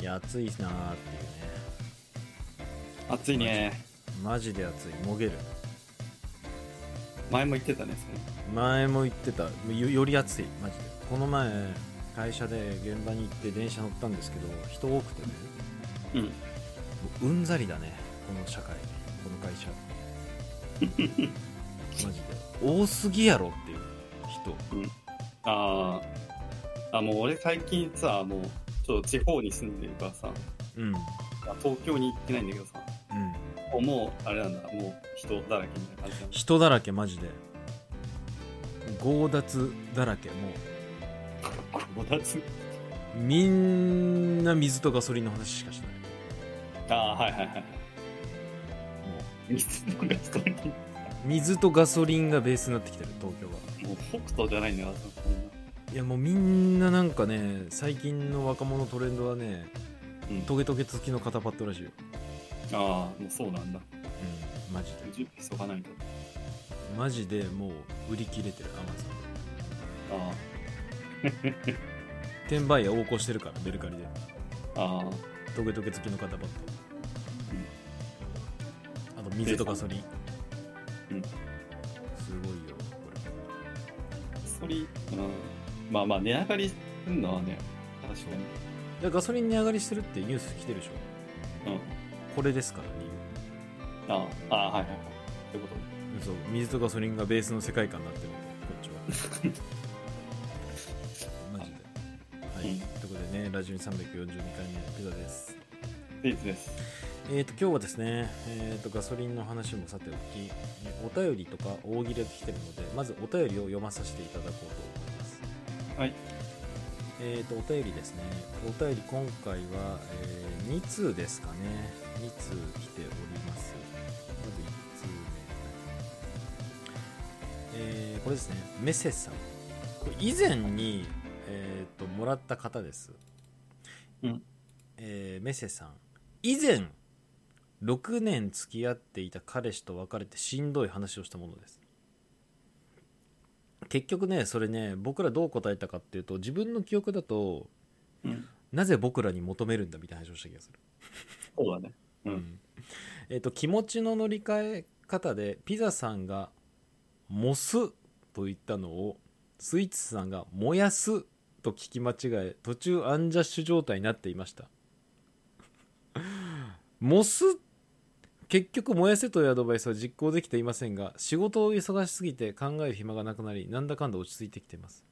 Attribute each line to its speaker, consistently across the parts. Speaker 1: いや暑いなーっていうね
Speaker 2: 暑いね
Speaker 1: マジで暑いもげる
Speaker 2: 前も言ってたねそれ
Speaker 1: 前も言ってたよより暑いマジでこの前会社で現場に行って電車乗ったんですけど人多くてね
Speaker 2: うん、
Speaker 1: もううんざりだねこの社会この会社マジで多すぎやろっていう人
Speaker 2: あーあ、もう俺最近さ、もうちょっと地方に住んでるからさ、
Speaker 1: うんうん
Speaker 2: 東京に行ってないんだけどさ、もうもうあれなんだ、もう人だらけみたいな感じなんだ。
Speaker 1: 人だらけマジで強奪だらけも
Speaker 2: 友達
Speaker 1: うみんな水とガソリンの話しかしない
Speaker 2: ああー、はいはいはいはい。
Speaker 1: もう
Speaker 2: 水のが使えない。
Speaker 1: 水とガソリンがベースになってきてる東京は
Speaker 2: もう北斗じゃないんだからさ、そん
Speaker 1: いやもうみんななんかね最近の若者トレンドはね
Speaker 2: な。うん、
Speaker 1: トゲトゲ付きの肩パッドらしいよ
Speaker 2: ああ、もうそうなんだ。
Speaker 1: うんマジで
Speaker 2: 準備しとかないと。
Speaker 1: マジでもう売り切れてるアマゾン
Speaker 2: あ
Speaker 1: 転売ヤー横行してるからメルカリで
Speaker 2: あ、ああ、
Speaker 1: トゲトゲ付きの肩パッドあと水とガソリン
Speaker 2: うん
Speaker 1: すごいよこ
Speaker 2: それ、うん。まあまあ、値上がりするのはね、確か
Speaker 1: れでガソリン値上がりしてるってニュース来てるでしょ
Speaker 2: に。うん。
Speaker 1: これですから理由
Speaker 2: ああ、ああ、はいはいはい。ってこと
Speaker 1: そう水とガソリンがベースの世界観になってるんでこっちはマジではい、
Speaker 2: うん
Speaker 1: ということでねラジオに342回目のピザです
Speaker 2: スイーツです。
Speaker 1: えー、と今日はですね、えー、とガソリンの話もさておきえお便りとか大喜利が来てるのでまずお便りを読まさせていただこうと思います
Speaker 2: はい
Speaker 1: えー、とお便りですねお便り今回は、え2通ですかね2通来ておりますまず1通目、えーこれですねメセさんこれ以前に、えー、ともらった方です、
Speaker 2: うん
Speaker 1: えーメセさん以前6年付き合っていた彼氏と別れてしんどい話をしたものです結局ねそれね僕らどう答えたかっていうと自分の記憶だと
Speaker 2: うん。
Speaker 1: なぜ僕らに求めるんだみたいな話をした気がする、
Speaker 2: そうだね。う。
Speaker 1: うんんえっと気持ちの乗り換え方でピザさんが「モス」と言ったのをスイーツさんが「燃やす」と聞き間違え途中アンジャッシュ状態になっていました モス結局燃やせというアドバイスは実行できていませんが仕事を忙しすぎて考える暇がなくなりなんだかんだ落ち着いてきています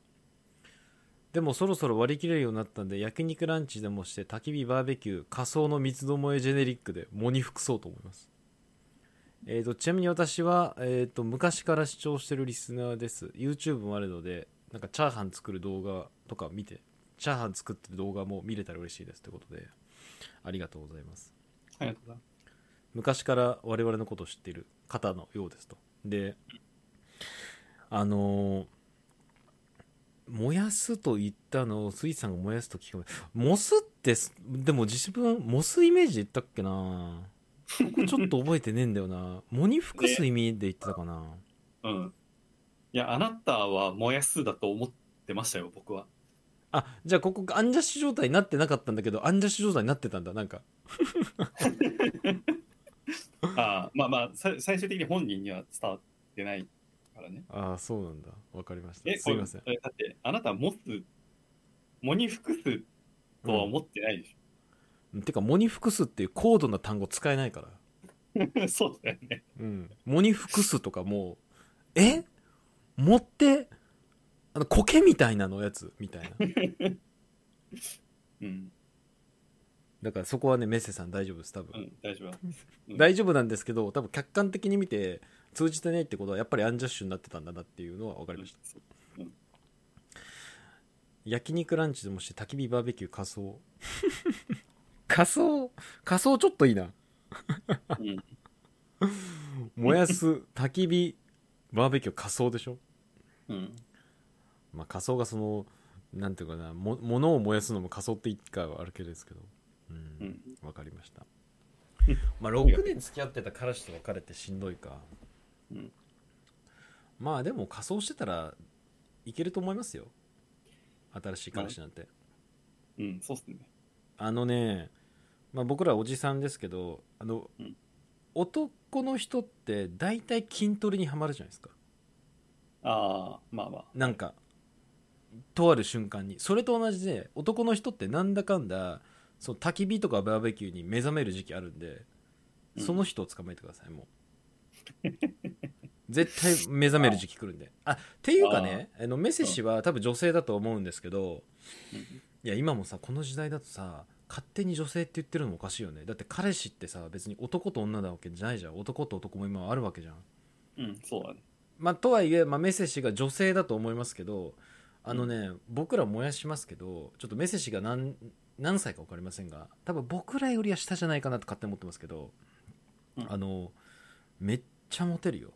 Speaker 1: でもそろそろ割り切れるようになったんで焼肉ランチでもして焚き火バーベキュー仮想の三つどもえジェネリックで喪に服そうと思いますえー、とちなみに私は、えー、と昔から視聴してるリスナーです YouTube もあるのでなんかチャーハン作る動画とか見てチャーハン作ってる動画も見れたら嬉しいですということでありがとうございます
Speaker 2: ありがとうござい
Speaker 1: 昔から我々のことを知っている方のようですとであのー燃やすと言ったのをスイさんが燃やすと聞くモスってすでも自分モスイメージで言ったっけなここちょっと覚えてねえんだよな藻に服す意味で言ってたかな
Speaker 2: ます。うん。いや、あなたは燃やすだと思ってましたよ、僕は。
Speaker 1: あじゃあここアンジャッシュ状態になってなかったんだけどアンジャッシュ状態になってたんだなんか
Speaker 2: ああ、まあまあ、さ最終的に本人には伝わってないからね。
Speaker 1: ああそうなんだわかりまし
Speaker 2: え
Speaker 1: たすいません
Speaker 2: これだって、あなたはモス、モに服すとは思ってないでし
Speaker 1: うんてか藻に服すっていう高度な単語使えないから
Speaker 2: ょ。そうだよね。
Speaker 1: うん。藻に服すとかもう、え持って、あの、苔みたいなのやつみたい な。
Speaker 2: うん。
Speaker 1: だからそこはね、メッセさん大丈夫です、多
Speaker 2: う
Speaker 1: 分。
Speaker 2: ん、大丈夫だ。うん
Speaker 1: 大丈夫なんですけど、多分客観的に見て通じてないってことは、やっぱりアンジャッシュになってたんだなっていうのは分かりました。焼肉ランチでもして焚き火バーベキュー仮 装。仮装仮装ちょっといいな。
Speaker 2: うん
Speaker 1: 燃やす、焚き火、バーベキュー仮装でしょ
Speaker 2: うん。
Speaker 1: まあ、仮想がそのなんていうかなも物を燃やすのも仮想って一回はあるけですけどう
Speaker 2: うんん。
Speaker 1: わ、かりましたまあ6年付き合ってた彼氏と別れてしんどいか、
Speaker 2: うん
Speaker 1: まあでも仮装してたらいけると思いますよ新しい彼氏なんて、
Speaker 2: うん、そうっすね。
Speaker 1: あのね、まあ、僕らおじさんですけどあの、
Speaker 2: うん
Speaker 1: 男の人って大体筋トレにはまるじゃないですか
Speaker 2: ああ、まあまあ。
Speaker 1: なんかとある瞬間にそれと同じで男の人ってなんだかんだその焚き火とかバーベキューに目覚める時期あるんで
Speaker 2: うん
Speaker 1: その人を捕まえてくださいもう 絶対目覚める時期来るんであっていうかねあのメッセージは多分女性だと思うんですけど
Speaker 2: うん
Speaker 1: いや今もさこの時代だとさ勝手に女性って言ってるのもおかしいよねだって彼氏ってさ別に男と女なわけじゃないじゃん男と男も今はあるわけじゃん
Speaker 2: うん、そうだね。
Speaker 1: まあ、とはいえ、まあ、メッセージが女性だと思いますけどあのね、僕ら燃やしますけどちょっとメッセージが何何歳か分かりませんが多分僕らよりは下じゃないかなって勝手に思ってますけど、
Speaker 2: うん
Speaker 1: あのめっちゃモテるよ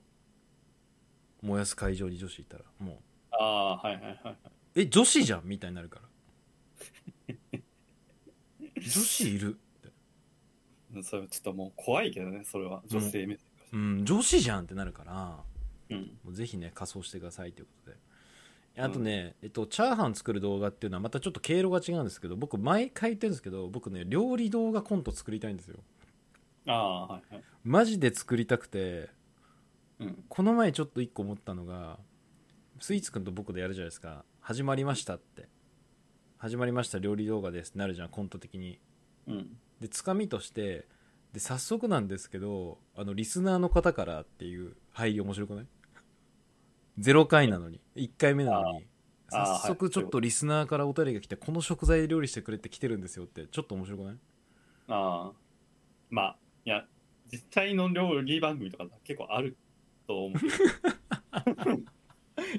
Speaker 1: 燃やす会場に女子いたらもう
Speaker 2: ああー、はいはいはい。
Speaker 1: え女子じゃんみたいになるから 女子いる、
Speaker 2: うんそれちょっともう怖いけどね、それは。
Speaker 1: うん
Speaker 2: 女性目線か
Speaker 1: うん、女子じゃんってなるから
Speaker 2: らうん。
Speaker 1: もうぜひね仮装してくださいということであとね、えっと、チャーハン作る動画っていうのはまたちょっと経路が違うんですけど僕毎回言ってるんですけど僕ね料理動画コント作りたいんですよ
Speaker 2: ああ、はいはい。
Speaker 1: マジで作りたくて
Speaker 2: うん。
Speaker 1: この前ちょっと一個思ったのがスイーツくんと僕でやるじゃないですか「始まりました」って「始まりました料理動画です」ってなるじゃんコント的に
Speaker 2: うん。
Speaker 1: でつかみとしてで早速なんですけどあのリスナーの方からっていう入り面白くない ?0 回なのに1回目なのに
Speaker 2: あーあー
Speaker 1: 早速
Speaker 2: はい
Speaker 1: ちょっとリスナーからお便りが来てこの食材料理してくれって来てるんですよってちょっと面白くない
Speaker 2: ああ。まあ、いや、実際の料理番組とか結構あると思う。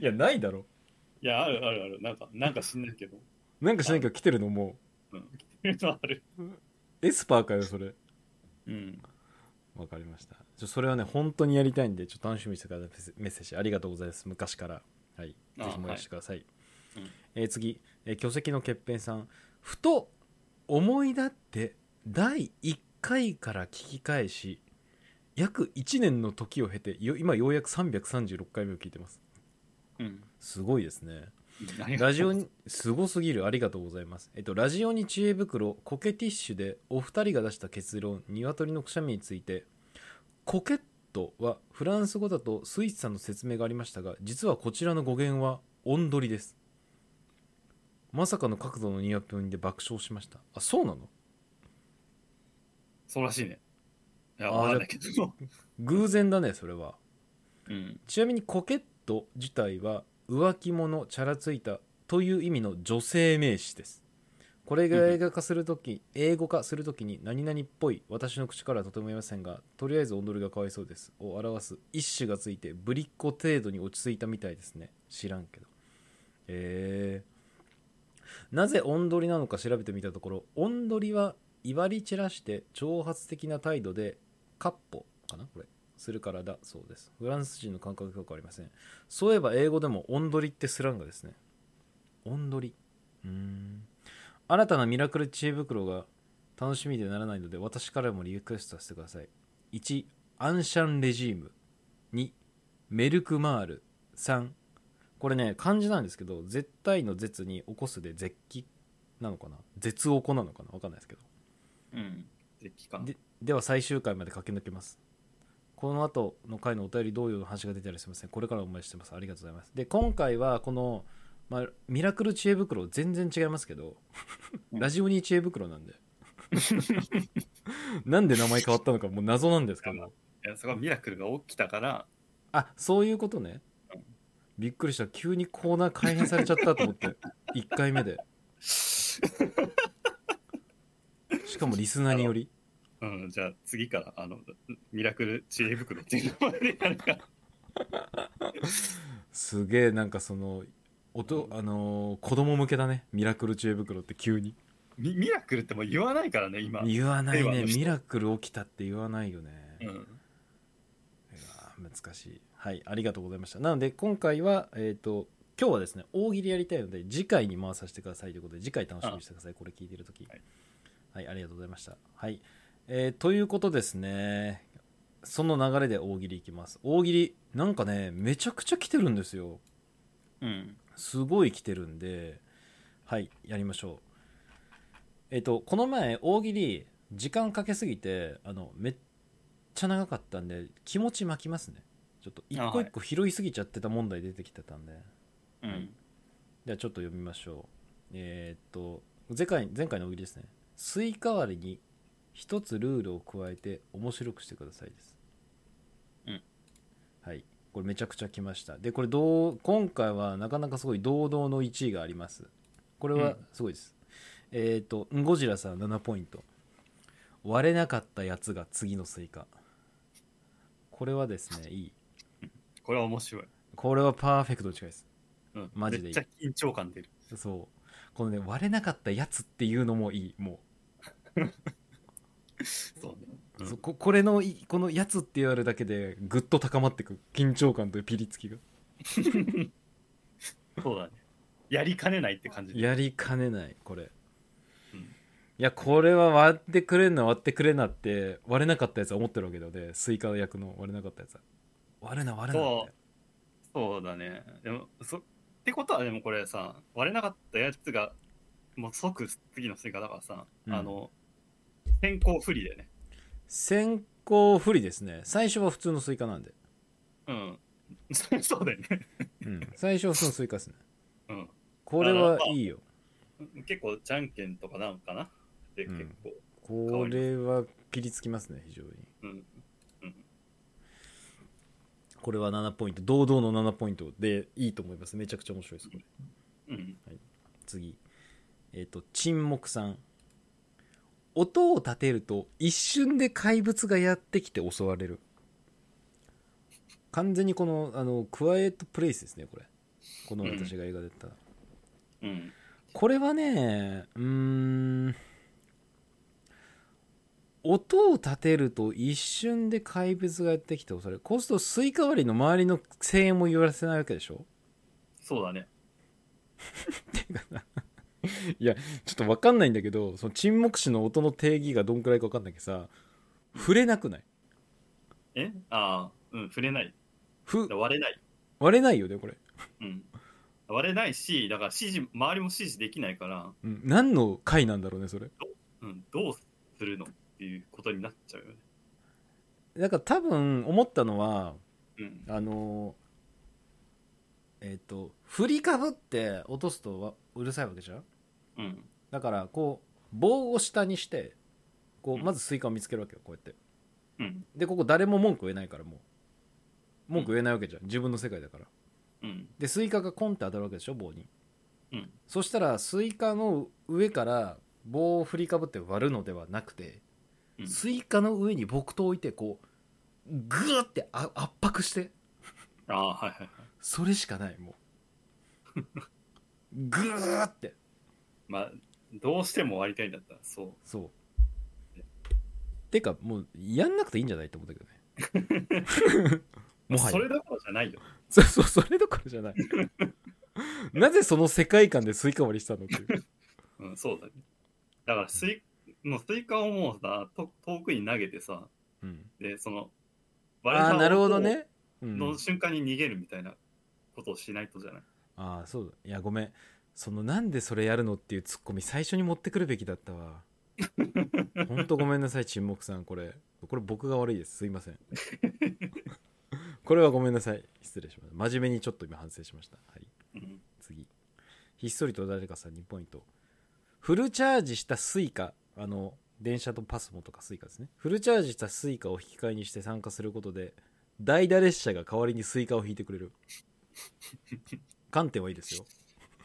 Speaker 1: いやないだろ
Speaker 2: いや、あるあるある。なんか、なんか知んないけど。
Speaker 1: なんかしないけど来てるのも
Speaker 2: うん。ある。
Speaker 1: うエスパーかよそれ
Speaker 2: うん。
Speaker 1: わかりましたちょそれはね本当にやりたいんでちょっと楽しみにしてくださいメッセージありがとうございます昔からはい
Speaker 2: あ
Speaker 1: ぜひ燃やしてください、
Speaker 2: はいうん
Speaker 1: えー次、えー巨石の欠片さんふと思い立って第1回から聞き返し約1年の時を経てよ今ようやく336回目を聞いてます
Speaker 2: うん。
Speaker 1: すごいですね
Speaker 2: あ りがとう
Speaker 1: ラジオにすごすぎるありがとうございますえっとラジオに知恵袋コケティッシュでお二人が出した結論鶏のくしゃみについてコケットはフランス語だとスイスさんの説明がありましたが実はこちらの語源はオンドリですまさかの角度のニアピョンで爆笑しましたあそうなの
Speaker 2: そうらしいね。いや、
Speaker 1: あー
Speaker 2: わかんないけど。
Speaker 1: 偶然だねそれは
Speaker 2: うん。
Speaker 1: ちなみにコケット自体は浮気者チャラついたという意味の女性名詞ですこれが映画化するとき英語化するときに何々っぽい私の口からはとても言いませんがとりあえず踊りがかわいそうですを表す一種がついてぶりっ子程度に落ち着いたみたいですね知らんけどえー、なぜ音取りなのか調べてみたところ音取りは威張り散らして挑発的な態度でカッポかなこれするからだそうですフランス人の感覚がよくありませんそういえば英語でも音取りってスラングですね音取りうーん新たなミラクル知恵袋が楽しみでならないので私からもリクエストさせてください1アンシャンレジーム2メルクマール3これね漢字なんですけど絶対の絶に起こすで絶起なのかな絶起こなのかなわかんないですけど
Speaker 2: うん。で、期間。
Speaker 1: ででは最終回まで駆け抜けますこの後の回のお便り同様の話が出たりしませんこれからお待ちしてますありがとうございますで今回はこの、まあ、ミラクル知恵袋全然違いますけど
Speaker 2: うん
Speaker 1: ラジオに知恵袋 なんでなんで名前変わったのかもう謎なんですけど
Speaker 2: いや、そこはミラクルが起きたから、
Speaker 1: あそういうことねびっくりした急にコーナー改変されちゃったと思って1回目 でしかもリスナーにより
Speaker 2: うん、じゃあ次から、あの、ミラクル知恵袋っていう名前でやるから。
Speaker 1: すげえなんかその音あのー子供向けだねミラクル知恵袋って急に
Speaker 2: ミミラクルってもう言わないからね、今。
Speaker 1: 言わない
Speaker 2: 令和
Speaker 1: ね
Speaker 2: の人
Speaker 1: ミラクル起きたって言わないよね、
Speaker 2: う
Speaker 1: い
Speaker 2: ん。
Speaker 1: やー難しいはいありがとうございましたなので今回はえっ、と今日はですね大喜利やりたいので次回に回させてくださいということで次回楽しみにしてくださいこれ聞いてる時
Speaker 2: はい
Speaker 1: はい、ありがとうございましたはいえーということですねその流れで大喜利いきます大喜利なんかねめちゃくちゃ来てるんですよ
Speaker 2: うん。
Speaker 1: すごい来てるんではいやりましょうえっとこの前大喜利時間かけすぎてあのめっちゃ長かったんで気持ち巻きますねちょっと一
Speaker 2: あ
Speaker 1: 個
Speaker 2: はい
Speaker 1: 一個拾いすぎちゃってた問題出てきてたんで、
Speaker 2: うん。
Speaker 1: ではちょっと読みましょうえーっと前回前回の大喜利ですねスイカ割りに一つルールを加えて面白くしてくださいです
Speaker 2: うん
Speaker 1: はいこれめちゃくちゃ来ましたでこれどう今回はなかなかすごい堂々の1位がありますこれ
Speaker 2: う
Speaker 1: は
Speaker 2: ん
Speaker 1: すごいです、えーっとゴジラさん7ポイント割れなかったやつが次のスイカこれはですねいい
Speaker 2: これは面白い。
Speaker 1: これはパーフェクトに近いです
Speaker 2: うん。
Speaker 1: マジでいい
Speaker 2: めっちゃ緊張感出る。
Speaker 1: そうこのね割れなかったやつっていうのもいいも
Speaker 2: そうね。
Speaker 1: う、
Speaker 2: うん
Speaker 1: そここれのいこのやつって言われるだけでぐっと高まってく緊張感とピリつきが
Speaker 2: そうだね。やりかねないって感じで。
Speaker 1: やりかねないこれ、
Speaker 2: うん
Speaker 1: いやこれは割ってくれんな割ってくれんなって割れなかったやつは思ってるわけだよねスイカ役の割れなかったやつは割れな割れなっ
Speaker 2: そうそうだね。でも、そ、ってことはでもこれさ、割れなかったやつが、もう即次のスイカだからさ、
Speaker 1: うん
Speaker 2: あの、先行不利だよね。
Speaker 1: て先行不利ですね最初は普通のスイカなんで、
Speaker 2: うん。 そうだよね。
Speaker 1: うん、最初は普通のスイカですね
Speaker 2: うん。
Speaker 1: これはいいよ
Speaker 2: 結構じゃんけんとかなんかなで、
Speaker 1: うん
Speaker 2: 結構、
Speaker 1: これはピリつきますね非常に
Speaker 2: うんうん
Speaker 1: これは7ポイント堂々の7ポイントでいいと思いますめちゃくちゃ面白いですこれ
Speaker 2: うん、
Speaker 1: 次えっ、と沈黙さん音を立てると一瞬で怪物がやってきて襲われる完全にこのあのクワイエットプレイスですねこれこの私が映画で言った、
Speaker 2: うん、
Speaker 1: これはねうーん音を立てると一瞬で怪物がやってきて恐れるこうするとスイカ割りの周りの声援も揺らせないわけでしょ
Speaker 2: そうだね。
Speaker 1: ちょっと分かんないんだけどその沈黙死の音の定義がどんくらいか分かんないけどさ触れなくない
Speaker 2: えああ、うん、触れない。
Speaker 1: ふ
Speaker 2: 割れない。
Speaker 1: 割れないよねこれ、
Speaker 2: うん。割れないし、だから指示、周りも指示できないから、
Speaker 1: うん、何の回なんだろうねそれ
Speaker 2: うん、どうするのっていうことになっちゃうよね。
Speaker 1: なんか多分思ったのは
Speaker 2: うん。
Speaker 1: あのーえっ、と振りかぶって落とすとわうるさいわけじゃん
Speaker 2: うん。
Speaker 1: だからこう棒を下にしてこう
Speaker 2: うん
Speaker 1: まずスイカを見つけるわけよこうやって
Speaker 2: うん。
Speaker 1: でここ誰も文句言えないからもう文句言えないわけじゃん自分の世界だから
Speaker 2: うん。
Speaker 1: でスイカがコンって当たるわけでしょ棒に
Speaker 2: うん。
Speaker 1: そしたらスイカの上から棒を振りかぶって割るのではなくて、
Speaker 2: うん
Speaker 1: スイカの上に木刀を置いてこうグーってあ圧迫して
Speaker 2: ああ、はいはいはい。
Speaker 1: それしかないも うグーって
Speaker 2: まあ、どうしても割りたいんだったら、そう。
Speaker 1: そうてかもうやんなくていいんじゃないって思ったけどね もはや
Speaker 2: それどころじゃないよ。
Speaker 1: そうそうそれどころ じゃないなぜその世界観でスイカ割りしたのっていう
Speaker 2: うん、そうだね。だから、スイ、もうスイカをもうさ、と遠くに投げてさ、
Speaker 1: うん、
Speaker 2: で、その、割
Speaker 1: ああ
Speaker 2: た
Speaker 1: なるほどね、うん
Speaker 2: の瞬間に逃げるみたいなことをしないとじゃない。
Speaker 1: ああそうだいやごめんそのなんでそれやるのっていうツッコミ最初に持ってくるべきだったわ ほんとごめんなさい沈黙さんこれこれ僕が悪いですすいませんこれはごめんなさい失礼しました真面目にちょっと今反省しましたはい
Speaker 2: うん。
Speaker 1: 次ひっそりと誰かさん2ポイントフルチャージしたスイカあの電車とパスモとかスイカですねフルチャージしたスイカを引き換えにして参加することで代打列車が代わりにスイカを引いてくれる観点はいいですよ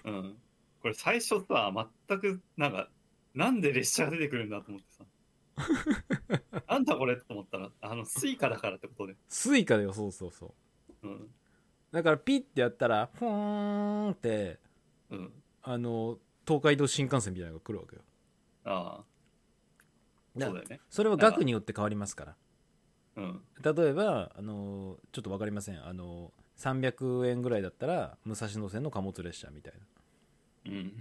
Speaker 2: うん。これ最初さ、全く、なんか、なんで列車が出てくるんだと思って さ。なんだこれと思ったら、あの、スイカだからってことで。
Speaker 1: スイカだよそうそうそう
Speaker 2: うん。
Speaker 1: だからピッてやったらフォーンって
Speaker 2: うん。
Speaker 1: あの東海道新幹線みたいなのが来るわけよ
Speaker 2: ああ、
Speaker 1: だ
Speaker 2: そ
Speaker 1: か
Speaker 2: うだ
Speaker 1: ら
Speaker 2: よね。
Speaker 1: それは額によって変わりますから
Speaker 2: うん。
Speaker 1: 例えばあのちょっと分かりませんあの300円ぐらいだったら武蔵野線の貨物列車みたい
Speaker 2: うん。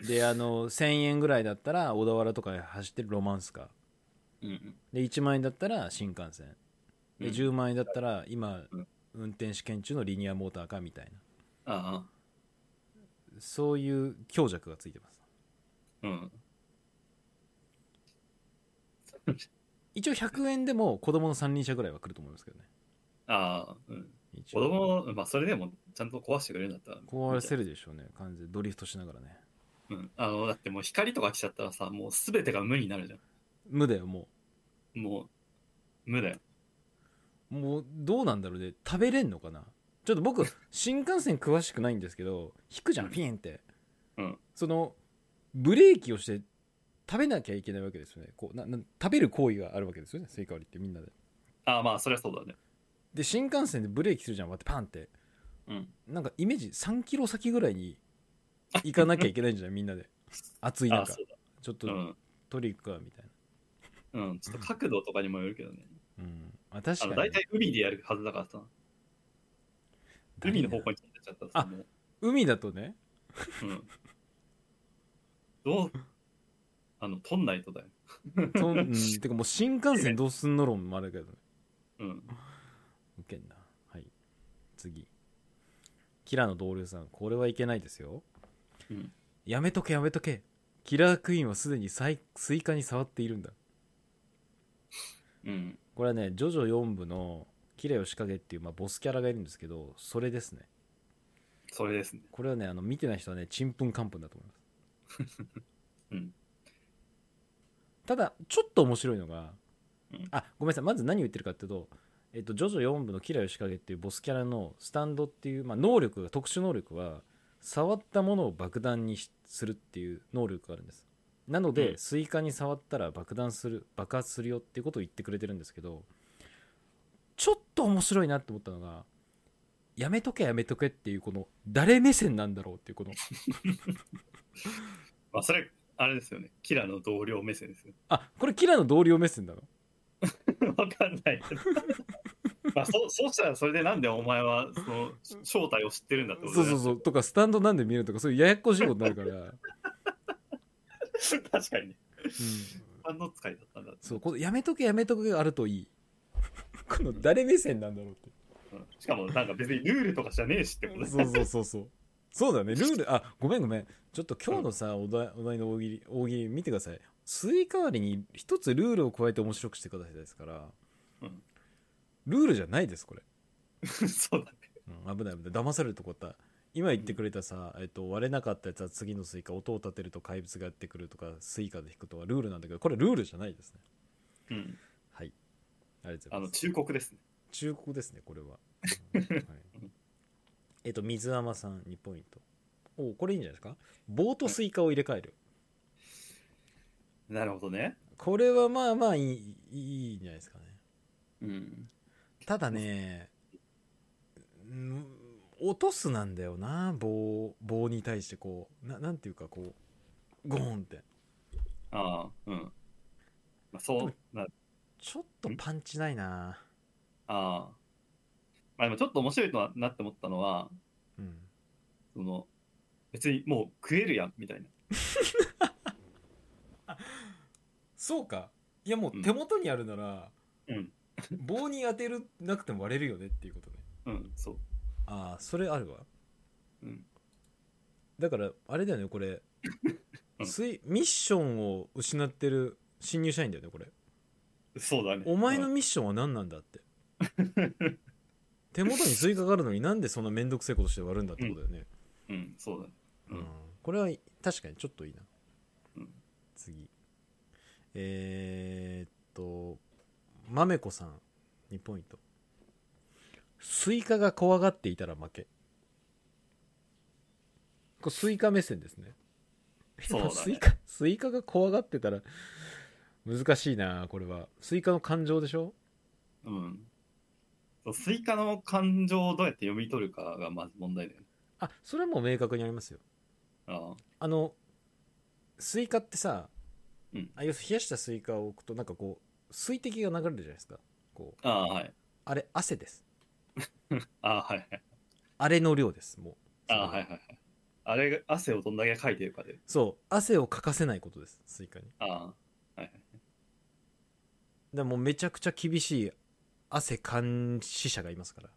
Speaker 1: なであの1000円ぐらいだったら小田原とか走ってるロマンスカー
Speaker 2: うん。
Speaker 1: で1万円だったら新幹線で
Speaker 2: うん
Speaker 1: 10万円だったら今
Speaker 2: うん
Speaker 1: 運転試験中のリニアモーターかみたいな
Speaker 2: ああ、
Speaker 1: そういう強弱がついてます
Speaker 2: うん。
Speaker 1: 一応100円でも子供の三輪車ぐらいは来ると思いますけどね
Speaker 2: ああ、うん。
Speaker 1: 一
Speaker 2: 子
Speaker 1: 応
Speaker 2: 供の、まあ、それでもちゃんと壊してくれるんだったら。
Speaker 1: 壊せるでしょうね完全にドリフトしながらね
Speaker 2: うん。あの、だってもう光とか来ちゃったらさ、もうすべてが無になるじゃ
Speaker 1: 無だよも
Speaker 2: ん。もう、無だよ。
Speaker 1: うもうどうなんだろうね食べれんのかなちょっと 僕新幹線詳しくないんですけど引くじゃんピーンって、
Speaker 2: うん
Speaker 1: そのブレーキをして食べなきゃいけないわけですよねこうなな食べる行為があるわけですよねスイカ割りってみんなで
Speaker 2: ああ、まあ、それはそうだね。
Speaker 1: で新幹線でブレーキするじゃん割ってパンって
Speaker 2: うん。
Speaker 1: なんかイメージ3キロ先ぐらいに行かなきゃいけないん じゃないみんなで暑い
Speaker 2: ああ、
Speaker 1: 中
Speaker 2: そうだ。
Speaker 1: ちょっ
Speaker 2: う
Speaker 1: と
Speaker 2: ん。
Speaker 1: トリックかみたい
Speaker 2: うん。ちょっと角度とかにもよるけどね。
Speaker 1: な、うん、あ
Speaker 2: あ
Speaker 1: 確
Speaker 2: の、
Speaker 1: か
Speaker 2: 大
Speaker 1: に
Speaker 2: 体海でやるはずだからさ、海の方向に飛んでっちゃったら
Speaker 1: あ
Speaker 2: さ、もう、
Speaker 1: 海だとね
Speaker 2: うん。どう、あの、飛んないとだよ。
Speaker 1: と、うん、 てかもう新幹線どうすんの論もあるけどね
Speaker 2: うん。
Speaker 1: ウケんなはい次キラの同僚さんこれはいけないですよ、
Speaker 2: うん
Speaker 1: やめとけやめとけキラークイーンはすでにサイスイカに触っているんだ
Speaker 2: うん。
Speaker 1: これはねジョジョ4部のキレを仕掛けっていう、まあ、ボスキャラがいるんですけどそれですね
Speaker 2: それですね。
Speaker 1: これはねあの見てない人はねちんぷんかんぷんだと思います
Speaker 2: うん
Speaker 1: ただちょっと面白いのが、
Speaker 2: うん
Speaker 1: あごめんなさいまず何を言ってるかっていうと「えっと、ジョジョ4部のキラヨシカゲ」っていうボスキャラのスタンドっていう、まあ、能力が特殊能力は触ったものを爆弾にしするっていう能力があるんですなので、
Speaker 2: うん
Speaker 1: スイカに触ったら爆弾する爆発するよっていうことを言ってくれてるんですけどちょっと面白いなって思ったのがやめとけやめとけっていうこの誰目線なんだろうっていうこの
Speaker 2: まあ、それ、あれですよね。キラの同僚目線ですよ。
Speaker 1: あこれキラの同僚目線なの
Speaker 2: わかんないけど。まあ、そう、そうしたら、それでなんでお前は、その、正体を知ってるんだってこと
Speaker 1: そう
Speaker 2: だ
Speaker 1: そ
Speaker 2: よ
Speaker 1: うそうとかスタンドなんで見えるとかそういうややこしいことにな るから、うん、
Speaker 2: 確かにね。何の使いだったんだって。
Speaker 1: そうこのやめとけやめとけがあるとい いこの誰目線なんだろうって
Speaker 2: うんしかも、なんか別にルールとかじゃねえしってこと
Speaker 1: そうそうそうそうそうだねルールあごめんごめんちょっと今日のさ、お題お題の大喜利大喜利見てくださいスイカ割りに一つルールを加えて面白くしてくださいですから、
Speaker 2: うん
Speaker 1: ルールじゃないですこれ
Speaker 2: ね。 そうだね。
Speaker 1: うん、危ない危ない騙されるとこだった今言ってくれたさ、えっと、割れなかったやつは次のスイカ音を立てると怪物がやってくるとかスイカで引くとはルールなんだけどこれルールじゃないですね
Speaker 2: うん。
Speaker 1: はいありがとうござ
Speaker 2: あ
Speaker 1: い
Speaker 2: の、
Speaker 1: ます
Speaker 2: 忠告ですね。
Speaker 1: 忠告ですねこれは、うんはい えっと水甘さん2ポイントおおこれいいんじゃないですか棒とスイカを入れ替える
Speaker 2: なるほどね。
Speaker 1: これはまあまあいいいいんじゃないですかね
Speaker 2: うん。
Speaker 1: ただねうん落とすなんだよな棒棒に対してこうななんていうかこうゴーンって
Speaker 2: ああ、うん。まあ、そうな、
Speaker 1: ちょっとパンチないな
Speaker 2: ああ。まあ、でもちょっと面白いななって思ったのは、
Speaker 1: うん
Speaker 2: その、別にもう食えるやん、みたいな。
Speaker 1: そうかいやも
Speaker 2: うん
Speaker 1: 元にあるなら、
Speaker 2: うん
Speaker 1: 棒に当てるなくても割れるよねっていうことね
Speaker 2: うん、そう。
Speaker 1: ああそれあるわ
Speaker 2: うん。
Speaker 1: だからあれだよねこれ
Speaker 2: うん
Speaker 1: スイミッションを失ってる新入社員だよねこれ
Speaker 2: そうだね。
Speaker 1: お前の
Speaker 2: うん
Speaker 1: ミッションは何なんだって。手元にスイカがあるのになんでそんな面倒くせえことして割るんだってことだよね。
Speaker 2: うん、そうだね。うん
Speaker 1: うんこれは確かにちょっといいな。
Speaker 2: うん
Speaker 1: 次。えー、っと、まめこさん、2ポイント。スイカが怖がっていたら負け。これスイカ目線ですね。
Speaker 2: そうだ ね
Speaker 1: スイカ、スイカが怖がってたら、難しいなこれは。スイカの感情でしょ
Speaker 2: うん。そうスイカの感情をどうやって読み取るかがまず問題だよね。
Speaker 1: あそれはもう明確にありますよ
Speaker 2: あ
Speaker 1: あのスイカってさ、
Speaker 2: うん
Speaker 1: あ要するに冷やしたスイカを置くとなんかこう水滴が流れるじゃないですかこう
Speaker 2: あ、ああ、はい。
Speaker 1: あれ汗です
Speaker 2: ああ、はいはい。
Speaker 1: あれの量ですもう
Speaker 2: ああ、はいはいはい。あれが、汗をどんだけかいてるかで。
Speaker 1: そう汗をかかせないことですスイカに
Speaker 2: ああ、はいはい。
Speaker 1: でもうめちゃくちゃ厳しい汗監視者がいますから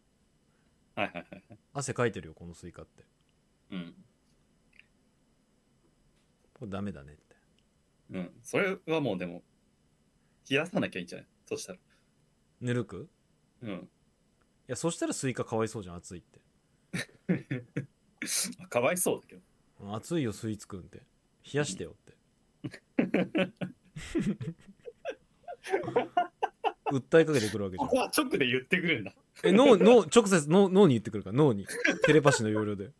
Speaker 2: はいはいはいはい。
Speaker 1: 汗かいてるよこのスイカって
Speaker 2: うん。
Speaker 1: これダメだねって
Speaker 2: うん。それはもうでも、冷やさなきゃいいんじゃないそしたら。
Speaker 1: ぬるく
Speaker 2: うん。
Speaker 1: いやそしたらスイカかわいそうじゃん暑いって
Speaker 2: まあかわいそうだけど。
Speaker 1: 暑いよスイーツくんって冷やしてよって、訴えかけてくるわけじ
Speaker 2: こ
Speaker 1: ゃん
Speaker 2: こは直で言ってくるんだ。
Speaker 1: え脳脳直接脳脳に言ってくるから脳にテレパシーの要領で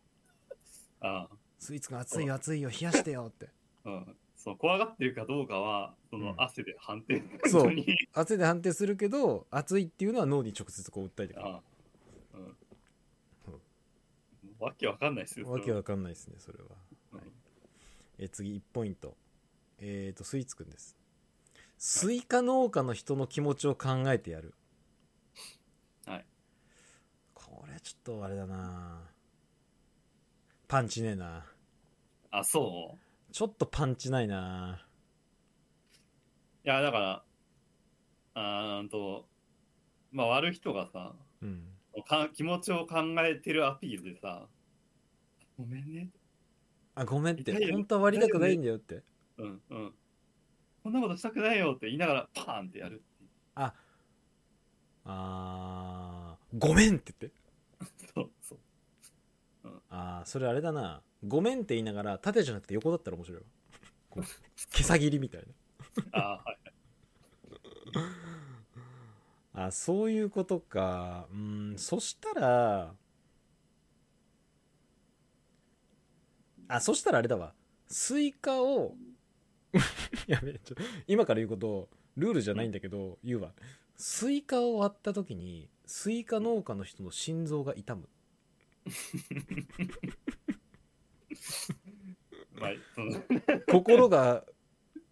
Speaker 2: あ
Speaker 1: スイーツが熱いよ熱いよ冷やしてよって
Speaker 2: あ。うん。そう、怖がってるかどうかは、その
Speaker 1: うん
Speaker 2: 汗で判定、
Speaker 1: そう
Speaker 2: 本当に。
Speaker 1: 熱いで判定するけど熱いっていうのは脳に直接こう訴えてくる
Speaker 2: ああ。うん。わけわかんないですよ。
Speaker 1: わけ
Speaker 2: わ
Speaker 1: わかんないですねそれはえ次1ポイントえっ、ー、とスイーツくんですスイカ農家の人の気持ちを考えてやる
Speaker 2: はい
Speaker 1: これちょっとあれだなパンチねえな
Speaker 2: あ、そう
Speaker 1: ちょっとパンチないない
Speaker 2: や、だから、あーんと、まあ悪い人がさ、
Speaker 1: うん
Speaker 2: か気持ちを考えてるアピールでさ、ごめんね、
Speaker 1: あごめんっ
Speaker 2: 痛い
Speaker 1: て
Speaker 2: よ
Speaker 1: 本当は割りたくないんだよって
Speaker 2: うんうん、こんなことしたくないよって言いながら、パーンってやるってい
Speaker 1: ああーごめんって言って
Speaker 2: う。そうそう。
Speaker 1: ああそれあれだなごめんって言いながら縦じゃなくて横だったら面白いわ こう毛さ切りみたいな
Speaker 2: あーはい。
Speaker 1: あそういうことかうんそしたらあそしたらあれだわスイカを やべえちょ今から言うことルールじゃないんだけど言うわスイカを割った時にスイカ農家の人の心臓が痛む
Speaker 2: まあ、その、
Speaker 1: 心が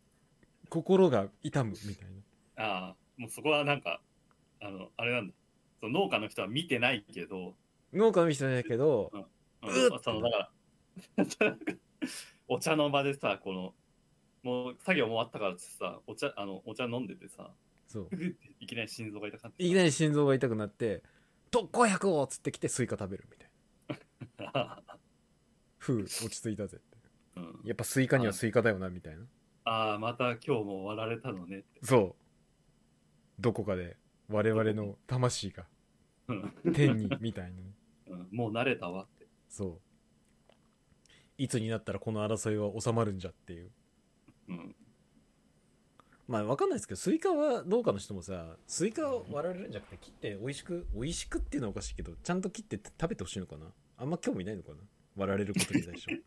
Speaker 1: 心が痛むみたいな
Speaker 2: ああ、もうそこはなんか、あの、あれなんだ。その農家の人は見てないけど、
Speaker 1: 農家の人じゃないけど
Speaker 2: うん
Speaker 1: うっ
Speaker 2: まあその、だから、お茶の場でさ、この、もう作業も終わったからってさ、お茶、あの、お茶飲んでてさ、
Speaker 1: そう
Speaker 2: ふふっていきなり心臓が痛かった。
Speaker 1: いきなり心臓が痛くなって「特効薬を!」っつってきてスイカ食べるみたいな「ふう落ち着いたぜ」って
Speaker 2: うん
Speaker 1: やっぱスイカにはスイカだよなみたいな
Speaker 2: ああ、また今日も割られたのねって。
Speaker 1: そうどこかで我々の魂が
Speaker 2: うん
Speaker 1: 天にみたいなね
Speaker 2: うんもう慣れたわって。
Speaker 1: そういつになったらこの争いは収まるんじゃっていう
Speaker 2: うん、
Speaker 1: まあわかんないですけどスイカは農家の人もさスイカを割られるんじゃなくて切って美味しく美味しくっていうのはおかしいけどちゃんと切って食べてほしいのかなあんま興味ないのかな割られることに対して は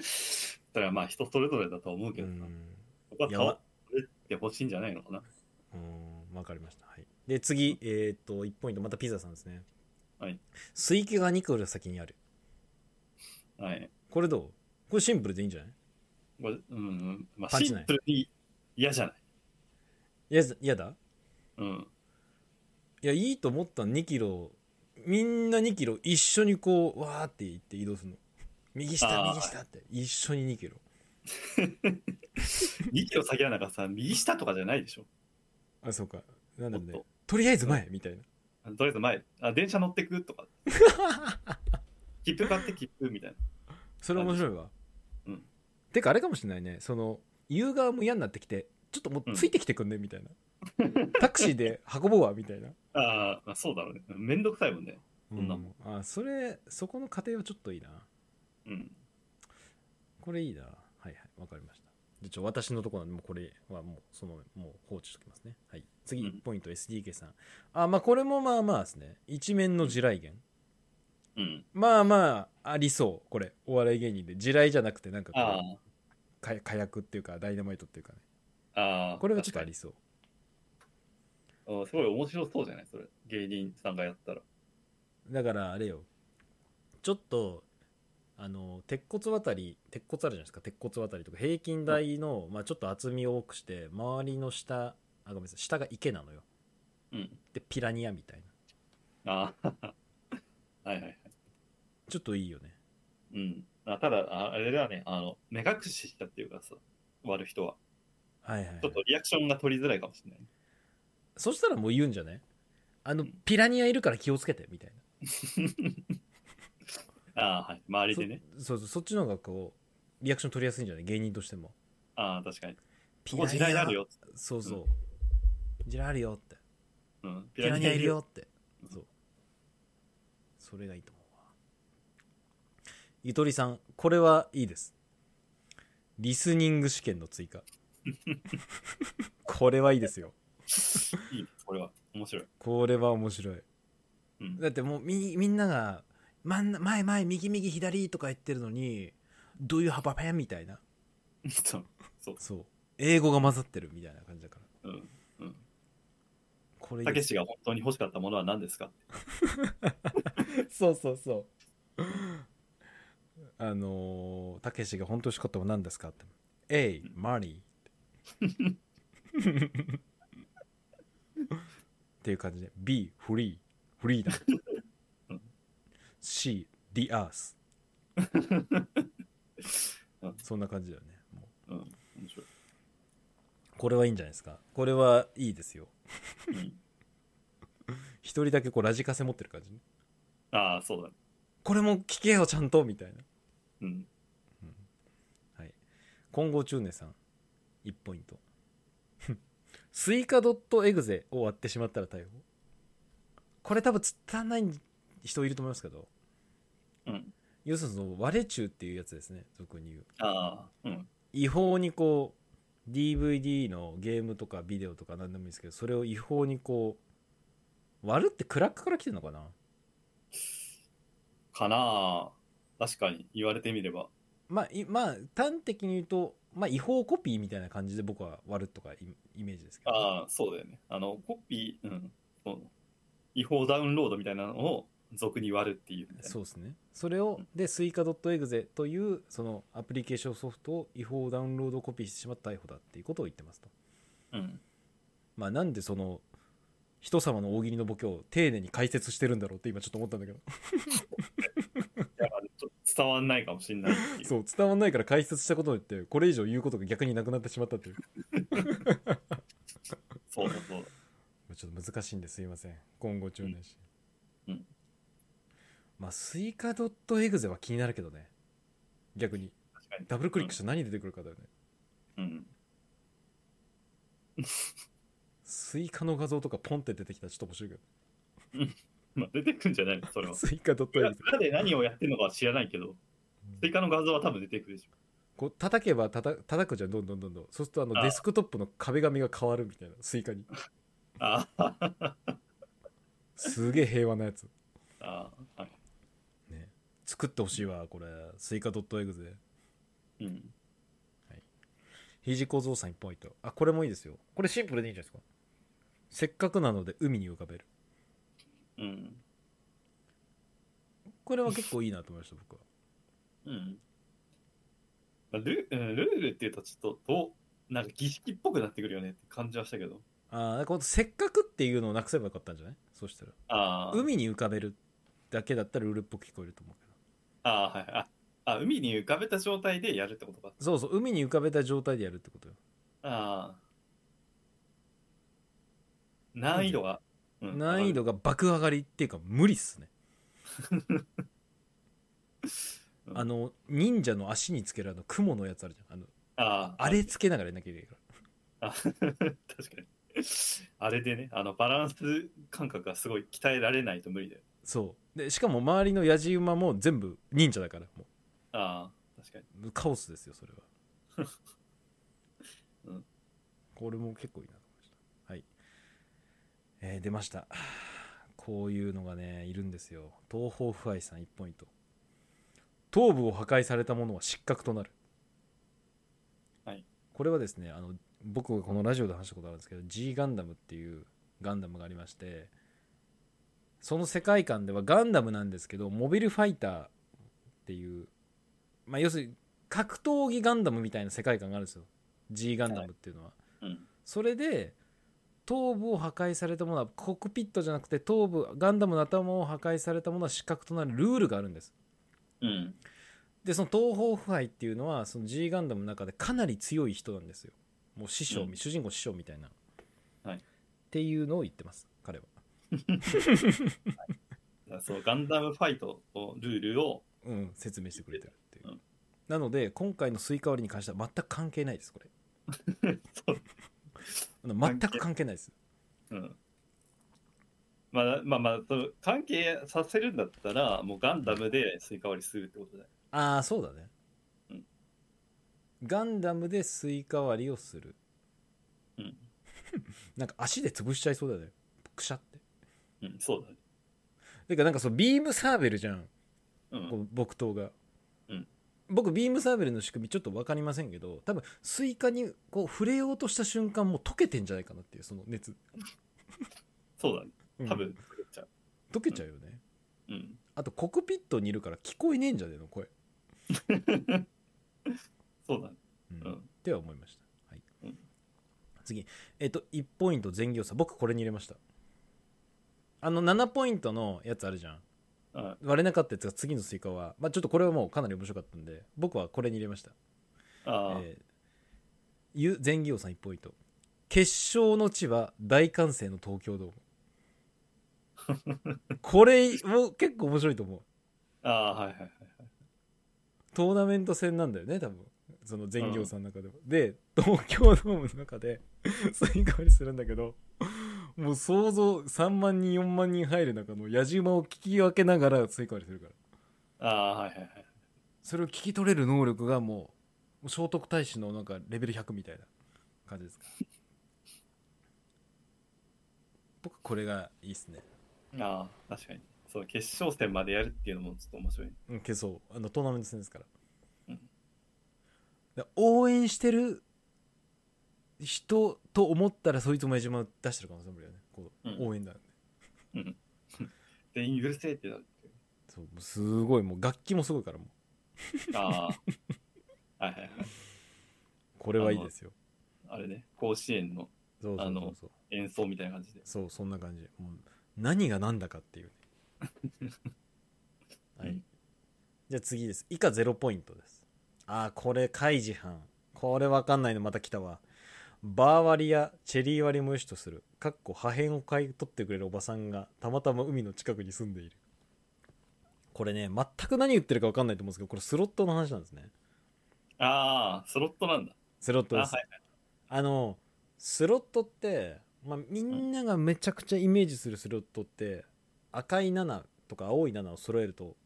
Speaker 2: それはまあ人それぞれだと思うけ
Speaker 1: う
Speaker 2: どな。
Speaker 1: ん
Speaker 2: ここはい
Speaker 1: や
Speaker 2: 倒ってほしいんじゃないのかな。
Speaker 1: うーん、わかりました。はい。で、次、えーっと、1ポイント、またピザさんですね。
Speaker 2: はい。
Speaker 1: スイカが2個より先にある。
Speaker 2: はい。
Speaker 1: これどうこれシンプルでいいんじゃない
Speaker 2: これうんうん、ま
Speaker 1: パ
Speaker 2: あ
Speaker 1: ン
Speaker 2: シ
Speaker 1: チない
Speaker 2: ンプルに嫌じゃない。
Speaker 1: いや、いやだ
Speaker 2: うん。
Speaker 1: いや、いいと思ったの2キロ、みんな2キロ一緒にこう、わーって言って移動するの。右下、
Speaker 2: あー
Speaker 1: 右下って。一緒に2キロ。
Speaker 2: 2キロ先はなんかさ、右下とかじゃないでしょ。
Speaker 1: あ、そうか。なんだろう
Speaker 2: も
Speaker 1: ね
Speaker 2: っ。
Speaker 1: とりあえず前みたいな。
Speaker 2: ととりあえず前、あ電車乗ってく とか。切符買って切符みたいな。
Speaker 1: それ面白いわ。
Speaker 2: うん。
Speaker 1: てか、あれかもしれないね。その、言う側も嫌になってきて、ちょっともうついてきてくんね、みたいな。 タクシーで運ぼうわ、みたいな。
Speaker 2: あーまあ、そうだろうね。めんどくさいもんね。そんなもん
Speaker 1: うんあそれそこの過程はちょっといいな
Speaker 2: うん。
Speaker 1: これいいなはいはいわかりましたじゃあちょ私のところなんでもうこれはもうそのもう放置しておきますねはい次
Speaker 2: うん
Speaker 1: 1ポイント SDK さん、あまあこれもまあまあですね一面の地雷源
Speaker 2: うん。
Speaker 1: まあまあありそうこれお笑い芸人で地雷じゃなくてなんかこう
Speaker 2: あ
Speaker 1: か火薬っていうかダイナマイトっていうかね
Speaker 2: あ。ああ。
Speaker 1: これはちょっとあ
Speaker 2: 確
Speaker 1: りそう
Speaker 2: かに。うんすごい面白そうじゃないそれ。芸人さんがやったら。
Speaker 1: だからあれよちょっとあの鉄骨渡り鉄骨あるじゃないですか鉄骨渡りとか平均台の、まあ、ちょっと厚みを多くして周りの下あごめんなさい下が池なのよ
Speaker 2: うん。
Speaker 1: でピラニアみたいな
Speaker 2: ああ。 はいはいはい。
Speaker 1: ちょっといいよね
Speaker 2: うん。あただ、ああれだね、あの、目隠ししたっていうかさ、割る人は。
Speaker 1: はいはい、
Speaker 2: ちょっとリアクションが取りづらいかもしれない。
Speaker 1: そしたらもう言うんじゃねあのピラニアいるから気をつけてみたい
Speaker 2: ああ、はい。周
Speaker 1: な
Speaker 2: りでね。
Speaker 1: そそうそうそっちの方がこうリアクション取りやすいんじゃない芸人としても
Speaker 2: あああ、確かに。
Speaker 1: ピ
Speaker 2: ここ時代ある
Speaker 1: よ
Speaker 2: よ。
Speaker 1: そうそう、時代あるよって
Speaker 2: うん。
Speaker 1: ピラニアいる
Speaker 2: よ。
Speaker 1: よってそうそれがいいと思うわゆとりさんこれはいいですリスニング試験の追 加これはいいですよ
Speaker 2: いいね、これは。面白い。
Speaker 1: これは面白い
Speaker 2: うん。
Speaker 1: だってもうみみんなが真ん前前右右左とか言ってるのにどういうハパペンみたいな
Speaker 2: そう。そう。
Speaker 1: そう英語が混ざってるみたいな感じだから
Speaker 2: うん。うん。
Speaker 1: これいい
Speaker 2: た
Speaker 1: で
Speaker 2: け
Speaker 1: す
Speaker 2: しが本当に欲しかったものは何ですか
Speaker 1: そうそうそう。 あのーたけしが本当に欲しかったものは何ですかって。えい、マリー。っていう感じで。B、フリー。フリーだ
Speaker 2: うん。
Speaker 1: C、The Earth
Speaker 2: うん。
Speaker 1: そんな感じだよね。も
Speaker 2: うん。面白い。
Speaker 1: うこれはいいんじゃないですか。これはいいですよ。
Speaker 2: うん、
Speaker 1: 一人だけこうラジカセ持ってる感じね。
Speaker 2: ああ、そうだね。
Speaker 1: これも聞けよ、ちゃんとみたいな。
Speaker 2: うん。
Speaker 1: はい、今後中年さん1ポイント スイカ .exe を割ってしまったら逮捕これ多分つたない人いると思いますけど
Speaker 2: うん。
Speaker 1: 要するにその割れ中っていうやつですね俗に言う
Speaker 2: ああ、うん。
Speaker 1: 違法にこう DVD のゲームとかビデオとか何でもいいですけどそれを違法にこう割るってクラックから来てるのかな
Speaker 2: かなあ。確かに、言われてみれば。
Speaker 1: まあ、いまあ端的に言うと、まあ、違法コピーみたいな感じで僕は割るとかイイメージですけど
Speaker 2: ああ、そうだよね。あの、コピー、うん。そう違法ダウンロードみたいなのを俗に割るっていうみたいな。
Speaker 1: そうですね。それを、で、スイカ .exe という、そのアプリケーションソフトを違法ダウンロードコピーしてしまった逮捕だっていうことを言ってますと。
Speaker 2: うん。
Speaker 1: まあ、なんでその、人様の大喜利のボケを丁寧に解説してるんだろうって今ちょっと思ったんだけど。
Speaker 2: いやちょっと伝わんないかもしれない っていう。
Speaker 1: そう、伝わんないから解説したことによって、これ以上言うことが逆になくなってしまったっていう。
Speaker 2: そうだそうだ。
Speaker 1: ちょっと難しいんですいません。今後中年し。
Speaker 2: うんうん
Speaker 1: まあ、スイカ .exe は気になるけどね。逆に。
Speaker 2: 確かに。
Speaker 1: ダブルクリックしたら何出てくるかだよね。
Speaker 2: うん。
Speaker 1: スイカの画像とかポンって出てきたらちょっと面白いけど。
Speaker 2: まあ、出てくるんじゃないの それ は。
Speaker 1: スイカドットエグゼ
Speaker 2: 裏で何をやってるのかは知らないけど、追加の画像は多分出てくるでしょ。
Speaker 1: こう叩けば叩叩くじゃんどんどんどんどんそうするとあの
Speaker 2: ああ
Speaker 1: デスクトップの壁紙が変わるみたいなスイカに
Speaker 2: ああ、
Speaker 1: すげえ平和なやつ
Speaker 2: ああ、はい。
Speaker 1: ね作ってほしいわこれスイカドットエグゼ
Speaker 2: うん。
Speaker 1: ひじこぞうさん1ポイントあこれもいいですよこれシンプルでいいんじゃないですかせっかくなので海に浮かべる
Speaker 2: うん。
Speaker 1: これは結構いいなと思いました僕は
Speaker 2: うん。まあルうんルールっていうと、ちょっと、どう、なんか儀式っぽくなってくるよねって感じはしたけど。
Speaker 1: ああだからこのせっかくっていうのをなくせばよかったんじゃないそうしたら
Speaker 2: ああ、
Speaker 1: 海に浮かべるだけだったらルールっぽく聞こえると思うけど
Speaker 2: ああ、はい。ああ、海に浮かべた状態でやるってことか。
Speaker 1: そうそう海に浮かべた状態でやるってことよ
Speaker 2: ああ。難易度が。うん
Speaker 1: 難易度が爆上がりっていうか無理っすね
Speaker 2: うん
Speaker 1: あの忍者の足につけるあの雲のやつあるじゃんあの
Speaker 2: ああ、
Speaker 1: あれつけながらやんなきゃいけないか
Speaker 2: あ 確かに。あれでね、あの、バランス感覚がすごい鍛えられないと無理だよ。
Speaker 1: らそうでしかも周りのやじ馬も全部忍者だからも
Speaker 2: ああ、確かに。
Speaker 1: うカオスですよそれは、
Speaker 2: うん
Speaker 1: これも結構いいなと思いましたはい、えー出ましたこういうのがねいるんですよ東方不敗さん1ポイント頭部を破壊された者は失格となる
Speaker 2: はい
Speaker 1: これはですねあの僕がこのラジオで話したことあるんですけど G ガンダムっていうガンダムがありましてその世界観ではガンダムなんですけどモビルファイターっていうまあ要するに格闘技ガンダムみたいな世界観があるんですよ G ガンダムっていうのは、
Speaker 2: うん。
Speaker 1: それで頭部を破壊されたものはコックピットじゃなくて頭部ガンダムの頭を破壊されたものは失格となるルールがあるんです
Speaker 2: うん。
Speaker 1: でその東方腐敗っていうのはその G ガンダムの中でかなり強い人なんですよもう師匠、
Speaker 2: うん
Speaker 1: 主人公師匠みたいな、
Speaker 2: はい
Speaker 1: っていうのを言ってます彼は
Speaker 2: だからそう、ガンダムファイトのルールを、
Speaker 1: うん説明してくれてるっていう、
Speaker 2: うん
Speaker 1: なので今回のスイカ割りに関しては全く関係ないですこれ
Speaker 2: そう
Speaker 1: あの全く関係ないです
Speaker 2: うんまあまあまあそう関係させるんだったらもうガンダムでスイカ割りするってことだよ
Speaker 1: ああそうだね、
Speaker 2: うん
Speaker 1: ガンダムでスイカ割りをする
Speaker 2: うん、
Speaker 1: なんか足で潰しちゃいそうだよねくしゃって
Speaker 2: うん、そうだね
Speaker 1: てかなんかそうビームサーベルじゃん
Speaker 2: うん
Speaker 1: こう木刀が、
Speaker 2: うん
Speaker 1: 僕ビームサーベルの仕組みちょっと分かりませんけど多分スイカにこう触れようとした瞬間もう溶けてんじゃないかなっていうその熱、
Speaker 2: そうだね
Speaker 1: うん
Speaker 2: 多分作っちゃう
Speaker 1: 溶けちゃうよね
Speaker 2: うん
Speaker 1: あとコクピットにいるから聞こえねえんじゃねえの声、
Speaker 2: そうだね
Speaker 1: うん
Speaker 2: うん
Speaker 1: っては思いました、はい
Speaker 2: うん
Speaker 1: 次えっ、と1ポイント全業差僕これに入れましたあの7ポイントのやつあるじゃん
Speaker 2: あ
Speaker 1: 割れなかったやつが次のスイカは、まあ、ちょっとこれはもうかなり面白かったんで僕はこれに入れました
Speaker 2: あ、
Speaker 1: えーゆ前義王さん1ポイント決勝の地は大歓声の東京ドー ムこれも結構面白いと思う
Speaker 2: ああーはいはいはい
Speaker 1: トーナメント戦なんだよね多分その前行さんの中でも、で東京ドームの中で スイカ割りするんだけどもう想像3万人4万人入る中の野じ馬を聞き分けながらスイカ割りするから
Speaker 2: ああはいはいはい
Speaker 1: それを聞き取れる能力がもうもう聖徳太子のなんかレベル100みたいな感じですか僕これがいいですね
Speaker 2: ああ確かにそう決勝戦までやるっていうのもちょっと面白いね
Speaker 1: うんけそうあのトーナメント戦ですから、
Speaker 2: うん
Speaker 1: で応援してる人と思ったらそいつも矢島を出してる可能性もあるよねこう、
Speaker 2: うん
Speaker 1: 応援だ
Speaker 2: 全員許せってなるっていう
Speaker 1: そうもうすごいもう楽器もすごいからもう
Speaker 2: ああはいはいはい
Speaker 1: これはいいですよ
Speaker 2: あれね甲子園の
Speaker 1: そうそうそうそう
Speaker 2: 演奏みたいな感じで
Speaker 1: そうそんな感じもう何が何だかっていうねは
Speaker 2: う
Speaker 1: い
Speaker 2: ん
Speaker 1: じゃあ次です以下0ポイントですああこれ開示班これわかんないのまた来たわバー割りやチェリー割りもよしとするかっこ破片を買い取ってくれるおばさんがたまたま海の近くに住んでいるこれね全く何言ってるかわかんないと思うんですけどこれスロットの話なんですね
Speaker 2: ああスロットなんだ
Speaker 1: スロットです
Speaker 2: あはい
Speaker 1: あのスロットって、まあ、みんながめちゃくちゃイメージするスロットって、赤い7とか青い7を揃えると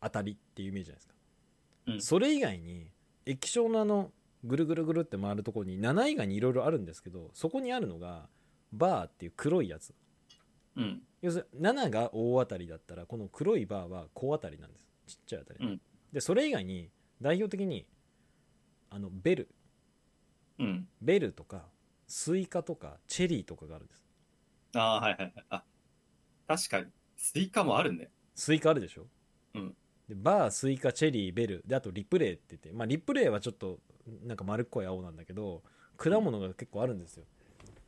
Speaker 1: 当たりっていうイメージじゃないですか、
Speaker 2: うん
Speaker 1: それ以外に液晶のあのぐるぐるぐるって回るとこに7以外にいろいろあるんですけどそこにあるのがバーっていう黒いやつ
Speaker 2: うん
Speaker 1: 要するに7が大当たりだったらこの黒いバーは小当たりなんですちっちゃい当たり、
Speaker 2: うん
Speaker 1: でそれ以外に代表的にあのベル
Speaker 2: うん
Speaker 1: ベルとかスイカとかチェリーとかがあるんです
Speaker 2: ああはいはいはいあ確かにスイカもあるね
Speaker 1: スイカあるでしょ、
Speaker 2: うん
Speaker 1: でバースイカチェリーベルであとリプレイって言って、まあ、リプレイはちょっとなんか丸っこい青なんだけど果物が結構あるんですよ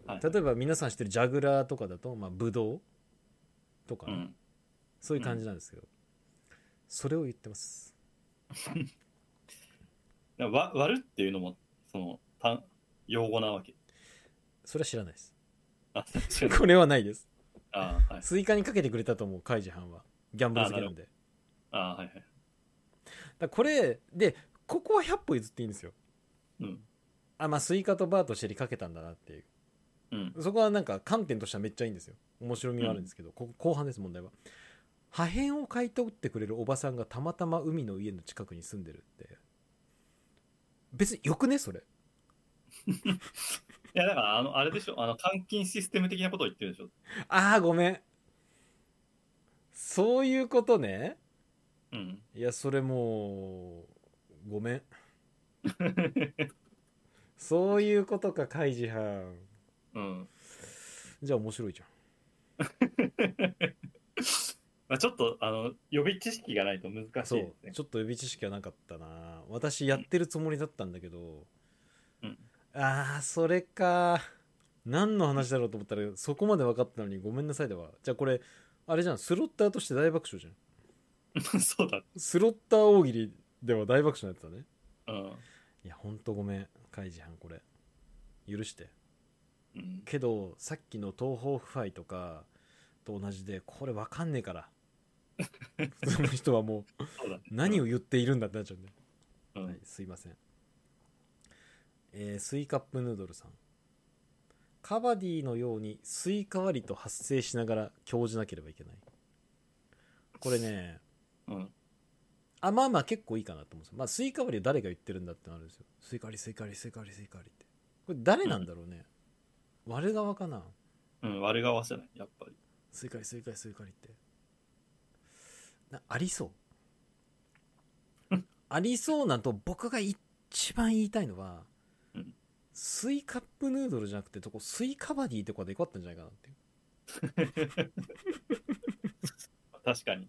Speaker 2: はい
Speaker 1: 例えば皆さん知ってるジャグラーとかだと、まあ、ブドウとか、
Speaker 2: うん
Speaker 1: そういう感じなんですけど、それを言ってます
Speaker 2: だからわ割るっていうのもその単用語なわけ
Speaker 1: それは知らないです
Speaker 2: あ 確かに
Speaker 1: これはないです
Speaker 2: ああはい
Speaker 1: スイカにかけてくれたと思うカイジハンはギャンブル好きなんで
Speaker 2: ああはいはい
Speaker 1: だからこれでここは100歩譲っていいんですよ
Speaker 2: うん
Speaker 1: あまあスイカとバーとシェリーかけたんだなっていう
Speaker 2: うん
Speaker 1: そこはなんか観点としてはめっちゃいいんですよ面白みはあるんですけど、ここ後半です問題は破片を買い取ってくれるおばさんがたまたま海の家の近くに住んでるって別によくねそれ
Speaker 2: いやだからあのあれでしょあの換金システム的なことを言ってるでしょ
Speaker 1: ああごめんそういうことね
Speaker 2: うん
Speaker 1: いやそれもうごめんそういうことかカイジハン
Speaker 2: うん
Speaker 1: じゃあ面白いじゃん
Speaker 2: まあちょっとあの予備知識がないと難しいです
Speaker 1: そ
Speaker 2: ね
Speaker 1: うちょっと予備知識はなかったな私やってるつもりだったんだけど、
Speaker 2: うん
Speaker 1: ああそれか何の話だろうと思ったらそこまで分かったのにごめんなさいではじゃあこれあれじゃんスロッターとして大爆笑じゃん
Speaker 2: そうだ。
Speaker 1: スロッター大喜利では大爆笑になってたね
Speaker 2: うん。
Speaker 1: いやほんとごめん開示班これ許して
Speaker 2: うん、
Speaker 1: けどさっきの東方腐敗とかと同じでこれ分かん ねえからその人はもう
Speaker 2: そうだ、ね。
Speaker 1: 何を言っているんだってなっちゃうんで
Speaker 2: うん
Speaker 1: はい、すいません。えースイカップヌードルさん。カバディのようにスイカ割りと発生しながら興じなければいけない。これね、
Speaker 2: うん
Speaker 1: あ、まあまあ結構いいかなと思うんですよ。まあスイカ割りは誰が言ってるんだってなるんですよ。スイカ割り、スイカ割り、スイカ割り、スイカ割りって。これ誰なんだろうね。我側かな
Speaker 2: うん、悪側じゃない、やっぱり。
Speaker 1: スイカ割り、スイカ割り、スイカ割りって。なありそう。ありそうなと僕が一番言いたいのは、
Speaker 2: うん
Speaker 1: スイカップヌードルじゃなくてとこスイカバディとかでよかったんじゃないかなっていう
Speaker 2: 確かに。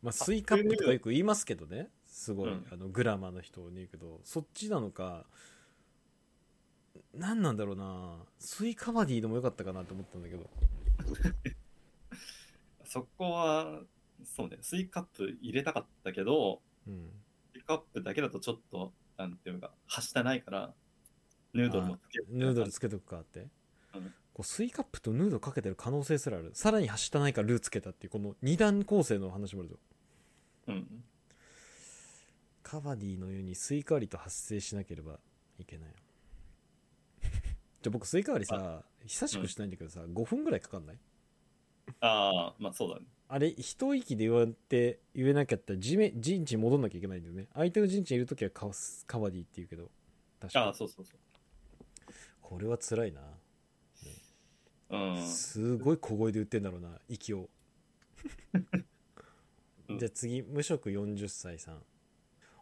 Speaker 1: まあスイカップとかよく言いますけどねすごい、
Speaker 2: うん
Speaker 1: あのグラマーの人に言うけどそっちなのか何なんだろうなスイカバディでもよかったかなと思ったんだけど
Speaker 2: そこは、そうね、スイカップ入れたかったけど、
Speaker 1: うん
Speaker 2: スイカップだけだとちょっと、なんていうか、はしたないから、ヌードルもつける
Speaker 1: ヌードルつけとくかって、
Speaker 2: うん
Speaker 1: こうスイカップとヌードルかけてる可能性すらあるさらに走ったないからルーつけたっていうこの二段構成の話もあるぞ
Speaker 2: うん。
Speaker 1: カバディのようにスイカ割りと発生しなければいけない じゃあ僕スイカ割りさ久しくしてないんだけどさ、5分ぐらいかかんない
Speaker 2: ああ、まあそうだね。
Speaker 1: あれ一息で言われて言えなきゃったら地面陣地に戻んなきゃいけないんだよね相手の陣地にいる時はカワスカバディって言うけど確
Speaker 2: あ
Speaker 1: か
Speaker 2: あ、そうそうそ
Speaker 1: これは辛いな、
Speaker 2: う。うん。
Speaker 1: すごい小声で言ってんだろうな息を
Speaker 2: うん
Speaker 1: じゃあ次無職40歳さん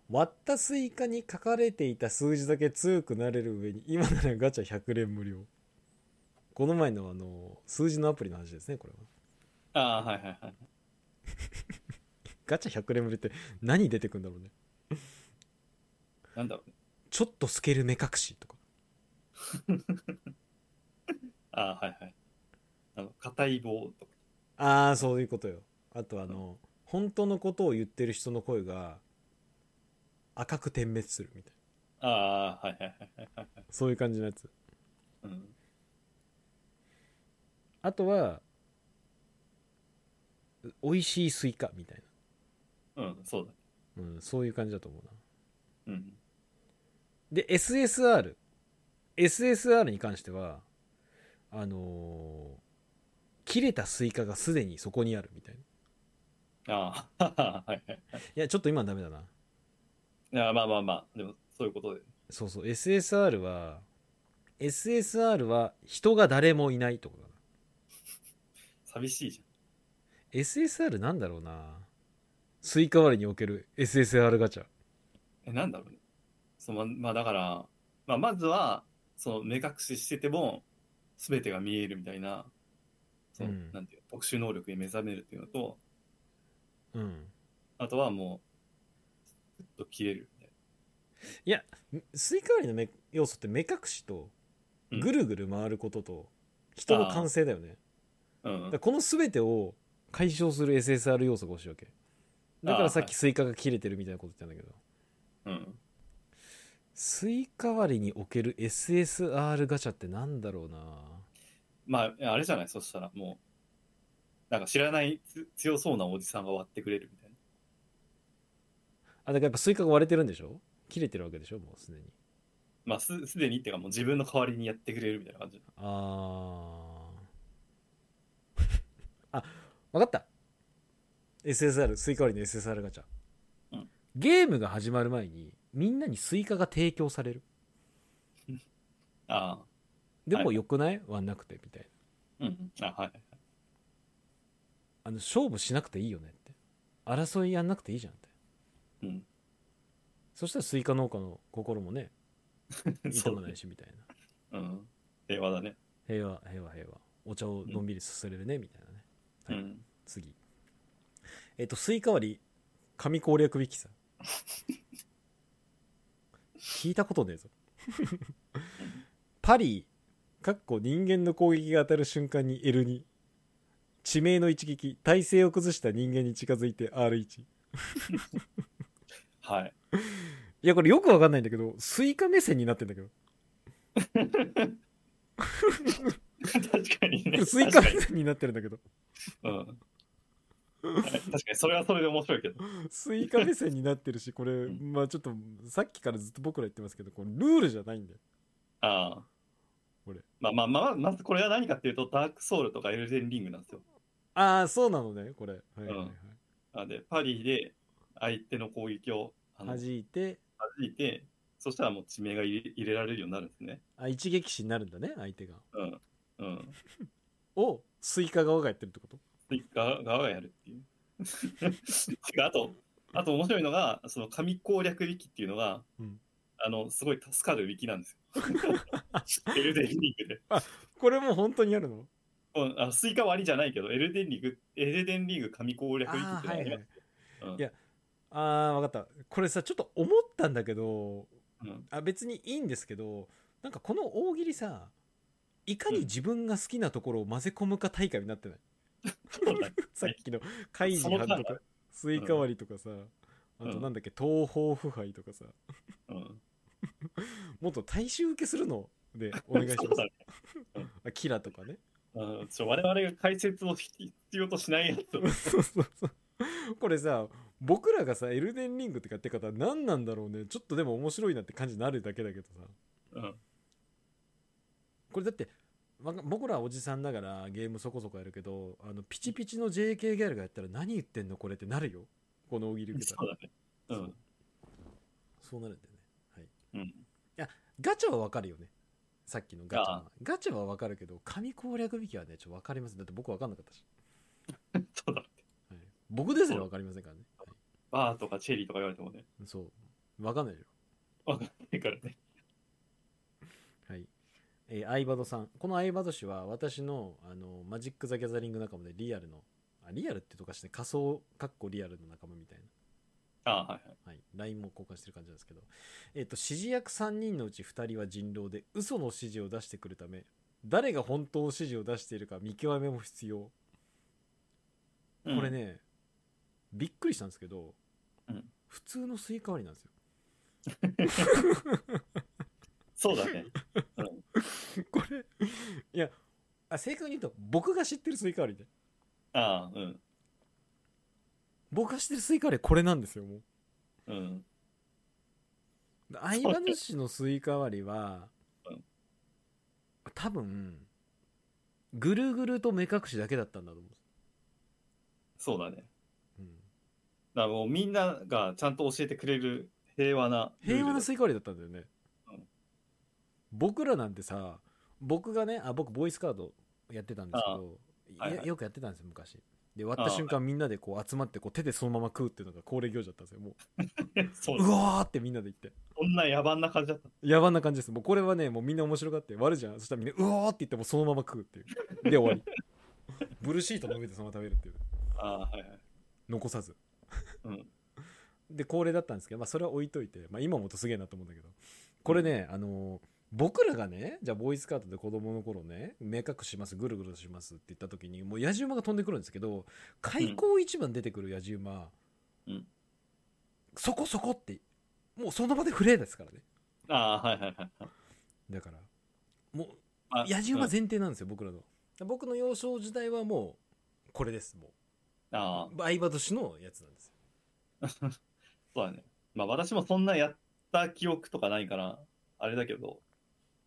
Speaker 1: 割ったスイカに書かれていた数字だけ強くなれる上に今ならガチャ100連無料この前のあの数字のアプリの話ですねこれは
Speaker 2: ああ、はいはいはい。
Speaker 1: ガチャ100連無料って何出てくんだろうね
Speaker 2: なんだろうね。
Speaker 1: ちょっと透ける目隠しとか
Speaker 2: ああ、はいはい。あの、硬い棒とか。
Speaker 1: ああそういうことよあとあの本当のことを言ってる人の声が赤く点滅するみたい
Speaker 2: ああ、はいはいはいはいはい。
Speaker 1: なそういう感じのやつ
Speaker 2: うん。
Speaker 1: あとは、う美味しいスイカみたい
Speaker 2: うん、そうだね。
Speaker 1: な。うん、そういう感じだと思うな。
Speaker 2: うん。
Speaker 1: で、SSR。SSR に関しては、あのー切れたスイカがすでにそこにあるみたいな。
Speaker 2: ああ、 はいはい。
Speaker 1: いや、ちょっと今はダメだな。
Speaker 2: いや、まあまあまあ、でも、そういうことで。
Speaker 1: そうそう、SSR は、SSR は人が誰もいないとかだな。
Speaker 2: 寂しいじ
Speaker 1: SSR なんだろうな。スイカ割りにおける SSR ガチャ。
Speaker 2: ゃん。え、なんだろうね。そのまあだから、まあまずは、その目隠ししてても、すべてが見えるみたいな、その、
Speaker 1: うん
Speaker 2: なんていう、特殊能力に目覚めるっていうのと、
Speaker 1: うん。
Speaker 2: あとはもう、ふっと切れるみたい
Speaker 1: スイカ割りのめ要素って目隠しと
Speaker 2: うん
Speaker 1: ぐるぐる回ることと人の完成だよね、
Speaker 2: な。うん
Speaker 1: だからこの全てを解消する SSR 要素が欲しいわけだからさっ
Speaker 2: あーは
Speaker 1: き
Speaker 2: い
Speaker 1: スイカが切れてるみたいなこと言ったんだけど、
Speaker 2: うん。
Speaker 1: スイカ割りにおける SSR ガチャってなんだろうな
Speaker 2: まあ、あれじゃないそしたら、もう、なんか知らないつ強そうなおじさんが割ってくれるみたいな。
Speaker 1: あだからやっぱスイカが割れてるんでしょ切れてるわけでしょもうすでに
Speaker 2: まあ、す、すでにっていうか、もう自分の代わりにやってくれるみたいな感じ。
Speaker 1: あー あ分かった SSR スイカ割りの SSR ガチャ、
Speaker 2: うん
Speaker 1: ゲームが始まる前にみんなにスイカが提供される
Speaker 2: ああ。
Speaker 1: でも
Speaker 2: はい
Speaker 1: 良くないはなくてみたいな
Speaker 2: うん。あ、はい。
Speaker 1: あの勝負しなくていいよねって争いやんなくていいじゃんって
Speaker 2: うん。
Speaker 1: そしたらスイカ農家の心 もね痛まないしみたいな
Speaker 2: うん。平和だね。
Speaker 1: 平和平和平和お茶をのんびりすすれるねみたいなね
Speaker 2: う
Speaker 1: はい
Speaker 2: ん。
Speaker 1: 次えっとスイカ割り神攻略引きさん 聞いたことねえぞパリかっこ人間の攻撃が当たる瞬間に L2 地名の一撃体勢を崩した人間に近づいて R1 い
Speaker 2: はい。
Speaker 1: やこれよくわかんないんだけどスイカ目線になってんだけど
Speaker 2: 確かにね。
Speaker 1: スイカ
Speaker 2: 確
Speaker 1: 目
Speaker 2: かに
Speaker 1: 線になってるんだけど
Speaker 2: うん。確かにそれはそれで面白いけど。
Speaker 1: スイカ目線になってるしこれ
Speaker 2: ん
Speaker 1: まあちょっとさっきからずっと僕ら言ってますけどこれルールじゃないんだよ
Speaker 2: ああ。
Speaker 1: これ
Speaker 2: まあまあまあ、まずこれは何かっていうと、ダークソウルとかエルデンリングなんですよ。
Speaker 1: ああそうなのねこれはいはい、はい
Speaker 2: なんで、パリで相手の攻撃をあの弾
Speaker 1: 弾いて
Speaker 2: いて、そしたらもう地名が入れ入れられるようになるんですね。
Speaker 1: あ一撃死になるんだね相手が
Speaker 2: うん。うん。
Speaker 1: をスイカ側がやってるってこと
Speaker 2: で、側側がやるっていう。 てかあと、あと面白いのが、その紙攻略ウィキっていうのが、
Speaker 1: うん
Speaker 2: あの、すごい助かるウィキなんですよ。 エルデンリングで。
Speaker 1: これもう本当にやるの
Speaker 2: うん、あスイカ割りじゃないけど、エルデンリング、エルデンリング紙攻略ウィキっ
Speaker 1: あ
Speaker 2: て
Speaker 1: あ
Speaker 2: い
Speaker 1: はい
Speaker 2: うのがあり
Speaker 1: は
Speaker 2: ま
Speaker 1: い
Speaker 2: すうん
Speaker 1: いやあー分かったこれさちょっと思ったんだけど
Speaker 2: うん
Speaker 1: あ別にいいんですけどなんかこの大喜利さいかに自分が好きなところを混ぜ込むか大会になってない、
Speaker 2: そうだね
Speaker 1: さっきの開示派と
Speaker 2: そ
Speaker 1: かスイカ割りとかさ、あとなんだっけ東方腐敗とかさ
Speaker 2: うん
Speaker 1: もっと大衆受けするので お願いし
Speaker 2: そ
Speaker 1: ま
Speaker 2: う
Speaker 1: す
Speaker 2: だね
Speaker 1: あキラとかね
Speaker 2: うんちょ我々が解説を必要としないやつを
Speaker 1: そうそうそうこれさ僕らがさエルデンリングってかって方何なんだろうねちょっとでも面白いなって感じになるだけだけどさ
Speaker 2: うん
Speaker 1: これだってわか僕らはおじさんだからゲームそこそこやるけどあのピチピチの JK ギャルがやったら何言ってんのこれってなるよこの大喜利受け
Speaker 2: そ
Speaker 1: たら
Speaker 2: うだね。うん。
Speaker 1: そうなるんだよねはい、
Speaker 2: うん
Speaker 1: いやガチャはわかるよねさっきのガチャはガチャはわかるけど紙攻略引きはねちょっとわかりませんだって僕わかんなかったし、
Speaker 2: そうだね。
Speaker 1: はい、僕ですらわかりませんからね、は
Speaker 2: バーとかチェリーとか言われてもね、
Speaker 1: い、そうわかんないよ
Speaker 2: わかんないからね。
Speaker 1: はい。えーアイバドさん。このアイバド氏は私の、あの、マジック・ザ・ギャザリング仲間でリアルの、あ、リアルってとかして、仮想、かっこリアルの仲間みたいな。
Speaker 2: ああ、はいはい。
Speaker 1: はい。LINE も交換してる感じなんですけど。えっ、と、指示役3人のうち2人は人狼で、嘘の指示を出してくるため、誰が本当の指示を出しているか見極めも必要。
Speaker 2: うん
Speaker 1: これ。ね、びっくりしたんですけど、
Speaker 2: うん
Speaker 1: 普通のスイカ割りなんですよ。
Speaker 2: そうだね。
Speaker 1: これ、いや、あ正確に言うと、僕が知ってるスイカ割りで。
Speaker 2: ああ、うん。
Speaker 1: 僕が知ってるスイカ割りはこれなんですよ、もう。
Speaker 2: うん。
Speaker 1: 相葉主のスイカ割りは
Speaker 2: うん
Speaker 1: 多分ぐるぐると目隠しだけだったんだと思
Speaker 2: そうだね。
Speaker 1: う、
Speaker 2: だか
Speaker 1: うん
Speaker 2: らもうみんながちゃんと教えてくれる平和なルールだ。
Speaker 1: 平和なスイカ割りだったんだよね、
Speaker 2: うん
Speaker 1: 僕らなんてさ僕がねあ僕ボーイスカードやってたんですけど
Speaker 2: あはいはい
Speaker 1: やよくやってたんですよ昔で割った瞬間みんなでこう集まってこう手でそのまま食うっていうのが恒例行事だったんですよも
Speaker 2: そう
Speaker 1: う
Speaker 2: だ
Speaker 1: うわーってみんなで言って
Speaker 2: こんな野蛮な感じだった。
Speaker 1: 野蛮な感じですもうこれはねもうみんな面白がって割るじゃんそしたらみんなうおーって言ってもうそのまま食うっていうで 終わりブルーシートの上でそのまま食べるっていう
Speaker 2: ああ、はいはい。
Speaker 1: 残さず
Speaker 2: うん。
Speaker 1: で恒例だったんですけど、まあ、それは置いといて、まあ、今もとすげえなと思うんだけどこれね、あのー僕らがねじゃあボーイスカートで子供の頃ね目隠しますぐるぐるしますって言った時にもう野じ馬が飛んでくるんですけど開口一番出てくる野じ馬、
Speaker 2: うん
Speaker 1: そこそこってもうその場でフレーですからね
Speaker 2: ああ、はいはいはいはい。
Speaker 1: だからもう
Speaker 2: あ
Speaker 1: 野獣馬
Speaker 2: うん
Speaker 1: 前提なんですよ、僕らの僕の幼少時代はもうこれですも
Speaker 2: ああ、
Speaker 1: う相葉年のやつなんですよ
Speaker 2: そうだね。まあ私もそんなやった記憶とかないから、あれだけど、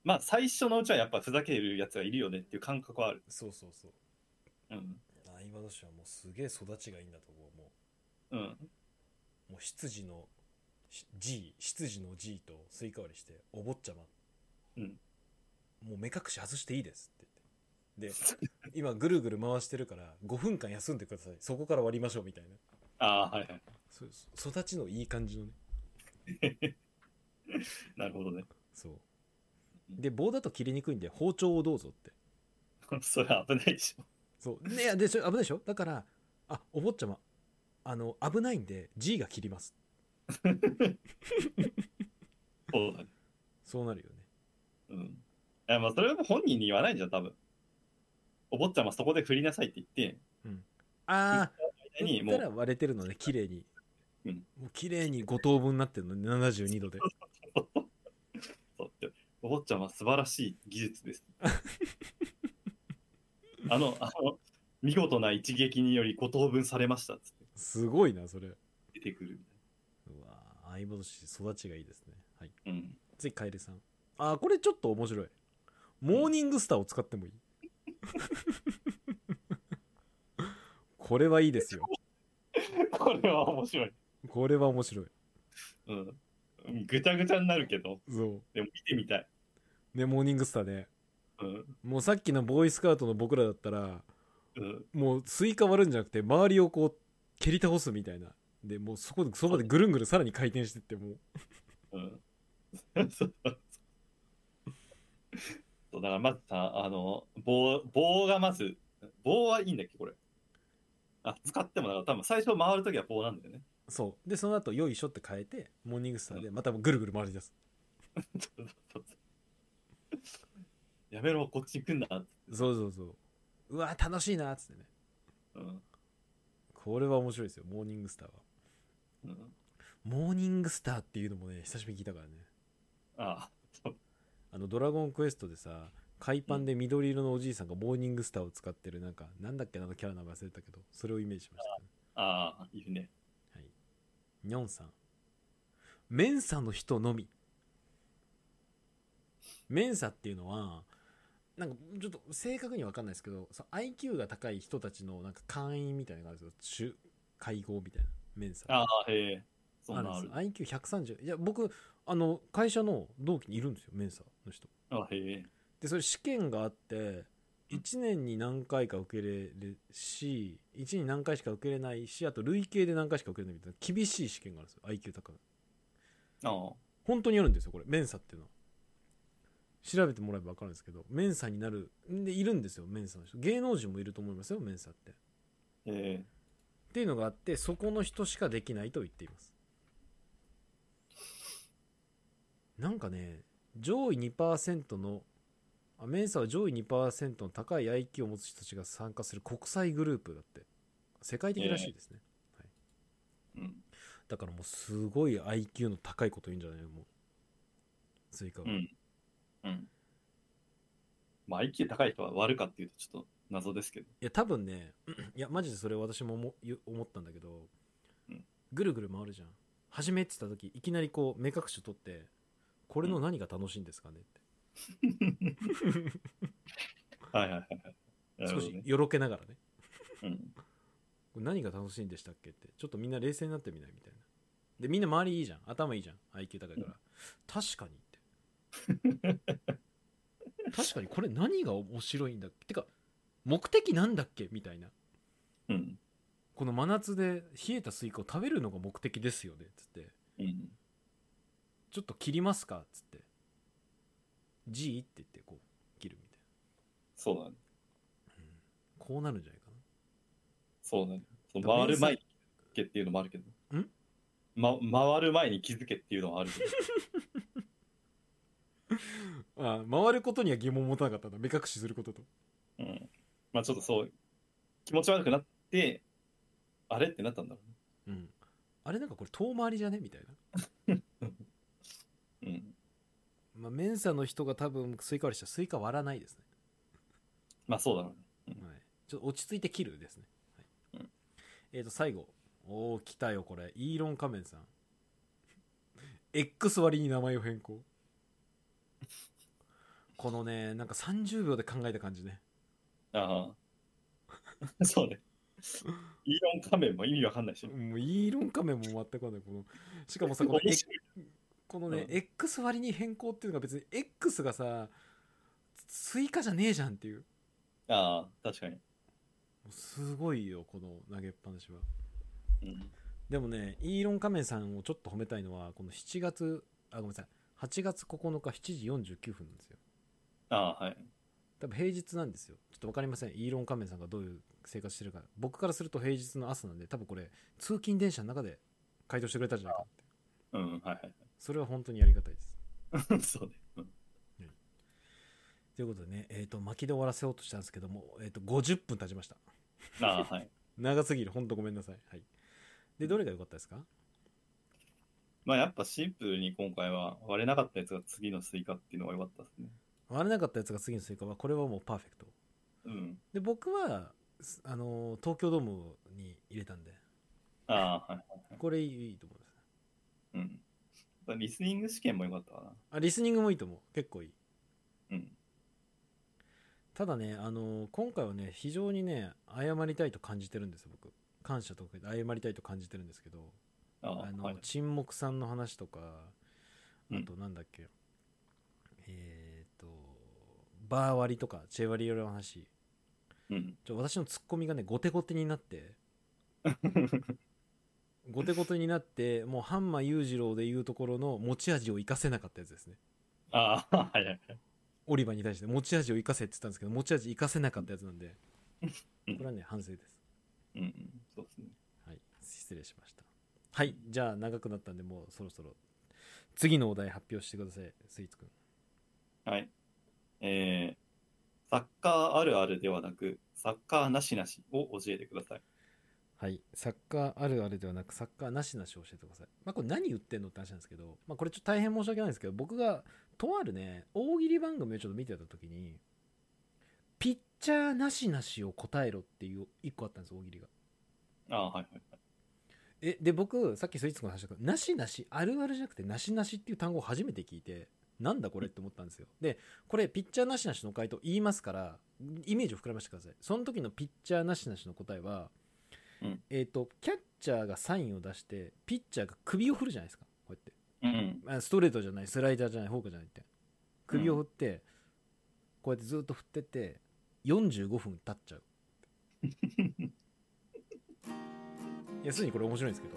Speaker 2: まあ最初のうちはやっぱふざけるやつがいるよねっていう感覚はある。
Speaker 1: そうそうそう
Speaker 2: うん。
Speaker 1: 相葉年はもうすげえ育ちがいいんだと思うも
Speaker 2: うん。
Speaker 1: うもう執事のし G 執事の G とスイカ割りしてお坊ちゃま、
Speaker 2: うん
Speaker 1: もう目隠し外していいですって言ってで今ぐるぐる回してるから5分間休んでくださいそこから割りましょうみたいな
Speaker 2: ああ、はいはい。
Speaker 1: そう育ちのいい感じのね
Speaker 2: なるほどね。
Speaker 1: そうで棒だと切りにくいんで包丁をどうぞって
Speaker 2: それは危ないでしょ。
Speaker 1: そう。ね、いやで、それ危ないでしょだから、あ、お坊ちゃま、あの、危ないんで、G が切ります。
Speaker 2: そうだね。
Speaker 1: そうなるよね。
Speaker 2: うん。いや、まあそれはもう本人に言わないんじゃん、多分。お坊ちゃまそこで振りなさいって言って、
Speaker 1: ああ、
Speaker 2: 間に
Speaker 1: 言っ
Speaker 2: も
Speaker 1: た
Speaker 2: う
Speaker 1: ら割れてるのね、綺麗に。
Speaker 2: うん
Speaker 1: もう綺麗に5等分になってるのね、72度で。
Speaker 2: そうって、お坊 ちゃま素晴らしい技術です。あの、あの、見事な一撃によりご当分されましたっつって
Speaker 1: すごいなそれう
Speaker 2: 出てくる
Speaker 1: わ相棒として育ちがいいですねはい
Speaker 2: うん
Speaker 1: 次カエルさんあーこれちょっと面白いモーニングスターを使ってもいい これはいいですよ
Speaker 2: これは面白い、
Speaker 1: これは面白い
Speaker 2: うん、ぐちゃぐちゃになるけど
Speaker 1: そ
Speaker 2: でも見てみたい、
Speaker 1: うねモーニングスターね
Speaker 2: うん
Speaker 1: もうさっきのボーイスカウトの僕らだったら
Speaker 2: うん、
Speaker 1: もうスイカ割るんじゃなくて周りをこう蹴り倒すみたいなでもうそこでそばでぐるんぐるんさらに回転してってもう
Speaker 2: うん。そうだからまずさ、あの、棒、棒がまず、棒はいいんだっけ、これ。あ、使ってもだから多分最初回るときは棒なんだよね。
Speaker 1: そうでその後よいしょ」って変えてモーニングスターでまたぐるぐる回り出す
Speaker 2: やめろ、こっち行くんだ。
Speaker 1: そうそうそううわ楽しいなっつってね
Speaker 2: うん。
Speaker 1: これは面白いですよモーニングスターは
Speaker 2: うん、
Speaker 1: モーニングスターっていうのもね久しぶりに聞いたからね
Speaker 2: あそう
Speaker 1: あのドラゴンクエストでさ海パンで緑色のおじいさんがモーニングスターを使ってるなんかなんだっけなあのキャラ名前忘れたけどそれをイメージしましたけどね
Speaker 2: ああ、いいね。
Speaker 1: にょんさんメンサの人のみメンサっていうのはなんかちょっと正確には分かんないですけどその IQ が高い人たちのなんか会員みたいなのがあるんですよ中会合みたいなメンサ
Speaker 2: ああ、へえ。そ
Speaker 1: あ
Speaker 2: ん
Speaker 1: る
Speaker 2: なんある。あ
Speaker 1: んですよ IQ130 いや僕あの会社の同期にいるんですよメンサの人
Speaker 2: へえ。
Speaker 1: でそれ試験があって1年に何回か受けれるし1年に何回しか受けれないしあと累計で何回しか受けれないみたいな厳しい試験があるんですよ IQ 高い
Speaker 2: ああ、
Speaker 1: 本当にあるんですよこれメンサっていうのは調べてもらえば分かるんですけどメンサになるんでいるんですよメンサの人芸能人もいると思いますよメンサってっ
Speaker 2: へえ。
Speaker 1: ていうのがあってそこの人しかできないと言っていますなんかね上位2%のあメンサは上位2%の高い IQ を持つ人たちが参加する国際グループだって世界的らしいですね、
Speaker 2: うん。
Speaker 1: だからもうすごい IQ の高いこと言うんじゃないのもう追加が、
Speaker 2: うんうん。まあ、IQ 高い人は悪かっていうとちょっと謎ですけど。
Speaker 1: いや多分ね いやマジでそれ私も思ゆ思ったんだけど、
Speaker 2: うん
Speaker 1: ぐるぐる回るじゃん初めって言った時いきなりこう目隠しを取ってこれの何が楽しいんですかねって、
Speaker 2: はいはいはいはい。なる
Speaker 1: 少
Speaker 2: ほど
Speaker 1: し
Speaker 2: ね。
Speaker 1: よろけながらね
Speaker 2: うん。
Speaker 1: これ何が楽しいんでしたっけってちょっとみんな冷静になってみないみたいなでみんな周りいいじゃん頭いいじゃん IQ 高いから、確かにって確かにこれ何が面白いんだっけてか目的なんだっけみたいな
Speaker 2: うん。
Speaker 1: この真夏で冷えたスイカを食べるのが目的ですよねっつって
Speaker 2: うん。
Speaker 1: ちょっと切りますかっつって「G」って言ってこう切るみたい
Speaker 2: そうだね。
Speaker 1: な、こうなるんじゃないか
Speaker 2: そうだね。その
Speaker 1: だから
Speaker 2: 回る前に気づけっていうのもあるけど。
Speaker 1: ん
Speaker 2: ま、回る前に気づけっていうのもあるけど。
Speaker 1: なあ回ることには疑問を持たなかったんだ目隠しすることと
Speaker 2: うん。まあちょっとそう、気持ち悪くなって、あれってなったんだろ
Speaker 1: うんあれなんかこれ遠回りじゃねみたいな、
Speaker 2: うね。うん。
Speaker 1: まあ、メンサの人が多分スイカ割りしたらスイカ割らないですね、
Speaker 2: まあそうだろうね。
Speaker 1: はい、ちょっと落ち着いて切るですね、はい
Speaker 2: うん
Speaker 1: えー、と最後おお来たよこれイーロン仮面さん X 割に名前を変更このねなんか30秒で考えた感じね
Speaker 2: ああ。 そ うね。イーロン仮面も意味わかんないし。
Speaker 1: もうイーロン仮面も全くわかんないこのしかもさこの
Speaker 2: 面
Speaker 1: X-
Speaker 2: 白い
Speaker 1: このね、
Speaker 2: うん
Speaker 1: X 割に変更っていうのが別に X がさスイカじゃねえじゃんっていうも
Speaker 2: ああ、確かに。
Speaker 1: うすごいよこの投げっぱなしは
Speaker 2: うん。
Speaker 1: でもねイーロン仮面さんをちょっと褒めたいのはこの7月あごめんなさい8月9日7時49分なんですよ
Speaker 2: ああ、はい。
Speaker 1: 多分平日なんですよちょっと分かりませんイーロン仮面さんがどういう生活してるか僕からすると平日の朝なんで多分これ通勤電車の中で回答してくれたんじゃないかって
Speaker 2: うん、はいはい
Speaker 1: それは本当にありがたいです
Speaker 2: はい。 そうね。うん
Speaker 1: ということでね、えー、と巻きで終わらせようとしたんですけども、えー、と50分経ちました
Speaker 2: あ あ、はい。
Speaker 1: 長すぎるほんとごめんなさい、はい、でどれが良かったですか
Speaker 2: まあやっぱシンプルに今回は割れなかったやつが次のスイカっていうのが良かったですね。
Speaker 1: 割れなかったやつが次のスイカはこれはもうパーフェクト
Speaker 2: うん。
Speaker 1: で僕はすあのー東京ドームに入れたんで
Speaker 2: ああ、はい。
Speaker 1: これいいと思います
Speaker 2: うん。やっぱリスニング試験も良かったか
Speaker 1: あリスニングもいいと思う結構いい
Speaker 2: な。うん。
Speaker 1: ただね、あのー今回はね非常にね謝りたいと感じてるんですよ僕感謝とか謝りたいと感じてるんですけど
Speaker 2: ああ、
Speaker 1: あの、
Speaker 2: はい。
Speaker 1: 沈黙さんの話とか
Speaker 2: うん
Speaker 1: あとなんだっけ、えーっとバー割りとかチェ割りよりの話
Speaker 2: うん。
Speaker 1: ちょ私のツッコミがね後手後手になって 後手後手になってもうハンマー裕次郎でいうところの持ち味を生かせなかったやつですね
Speaker 2: ああ、はいはい。
Speaker 1: オリバーに対して持ち味を生かせって言ったんですけど持ち味生かせなかったやつなんで
Speaker 2: うん
Speaker 1: これはね反省です
Speaker 2: うんうん。そうですね。
Speaker 1: はい、失礼しました。はい、じゃあ長くなったんで、もうそろそろ次のお題発表してください、スイーツくん。
Speaker 2: はい。えー、サッカーあるあるではなく、サッカーなしなしを教えてください。
Speaker 1: はい、サッカーあるあるではなく、サッカーなしなし教えてください。まあ、これ何言ってんのって話なんですけど、まあ、これちょっと大変申し訳ないんですけど、僕がとあるね、大喜利番組をちょっと見てた時に、ピッチャーなしなしを答えろっていう一個あったんです、大喜利が。
Speaker 2: ああ、はいはい。
Speaker 1: え、で、僕、さっきスイーツくんの話したけど、なしなし、あるあるじゃなくて、なしなしっていう単語を初めて聞いて、なんだこれって思ったんですよ。で、これ、ピッチャーなしなしの回答言いますから、イメージを膨らましてください。その時のピッチャーなしなしの答えは、
Speaker 2: うん
Speaker 1: えっ、と、キャッチャーがサインを出して、ピッチャーが首を振るじゃないですか。こうやって。
Speaker 2: うん。
Speaker 1: あストレートじゃない、スライダーじゃない、フォークじゃないって。首を振って、こうやってずっと振ってって、45分経っちゃ う。いや、すでにこれ面白いんですけ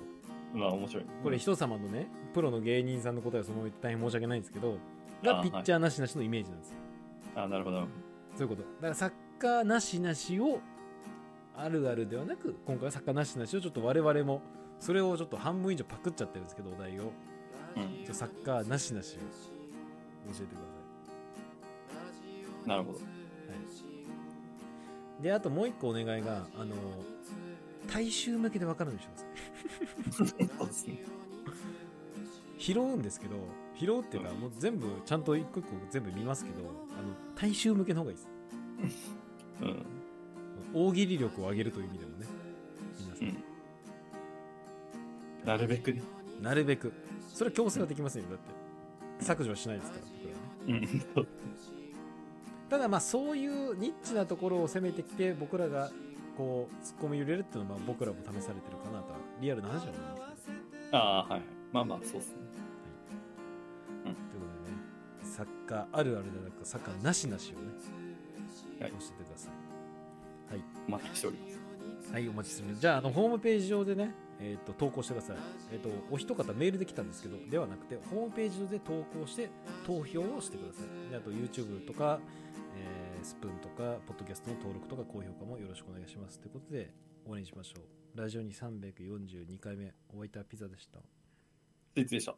Speaker 1: ど。
Speaker 2: まあ面白い。
Speaker 1: これ人様のねプロの芸人さんの答えをそのまま言って大変申し訳ないんですけどが
Speaker 2: あ
Speaker 1: ピッチャーなしなしのイメージなんですよ、
Speaker 2: ああ、なるほど。
Speaker 1: そういうことだからサッカーなしなしをあるあるではなく今回はサッカーなしなしをちょっと我々もそれをちょっと半分以上パクっちゃってるんですけどお題をちょ
Speaker 2: うん。
Speaker 1: っとサッカーなしなしを教えてくださ
Speaker 2: なるほど。
Speaker 1: いであともう一個お願いがあの大衆向けで分かるようにしてください
Speaker 2: そうですね。
Speaker 1: 拾うんですけど拾うっていうかもう全部ちゃんと一個一個全部見ますけどあの大衆向けの方がいいです
Speaker 2: うん。
Speaker 1: 大喜利力を上げるという意味でもね皆さ
Speaker 2: うんん。なるべくね。
Speaker 1: なるべくそれは強制はできませんよだって削除はしないですから僕らはね
Speaker 2: うん。そう
Speaker 1: ただまあそういうニッチなところを攻めてきて僕らがこうツッコミを入れるっていうのはまあ僕らも試されてるかなとはリアルな話は思いますけど
Speaker 2: ああ、はいはい。まあまあ、そうですね。
Speaker 1: ということでねサッカーあるあるではなくサッカーなしなしをね、
Speaker 2: はい
Speaker 1: 教えてください
Speaker 2: お待ちしております。
Speaker 1: はい、お待ちしております。じゃあ、あの、ホームページ上でね、えっ、と、投稿してください。えっ、と、お一方メールで来たんですけど、ではなくて、ホームページ上で投稿して、投票をしてください。であと、YouTube とか、えースプーンとか、ポッドキャストの登録とか、高評価もよろしくお願いします。ということで、終わりにしましょう。ラジオに342回目、お相手はピザでした。
Speaker 2: ついついでした。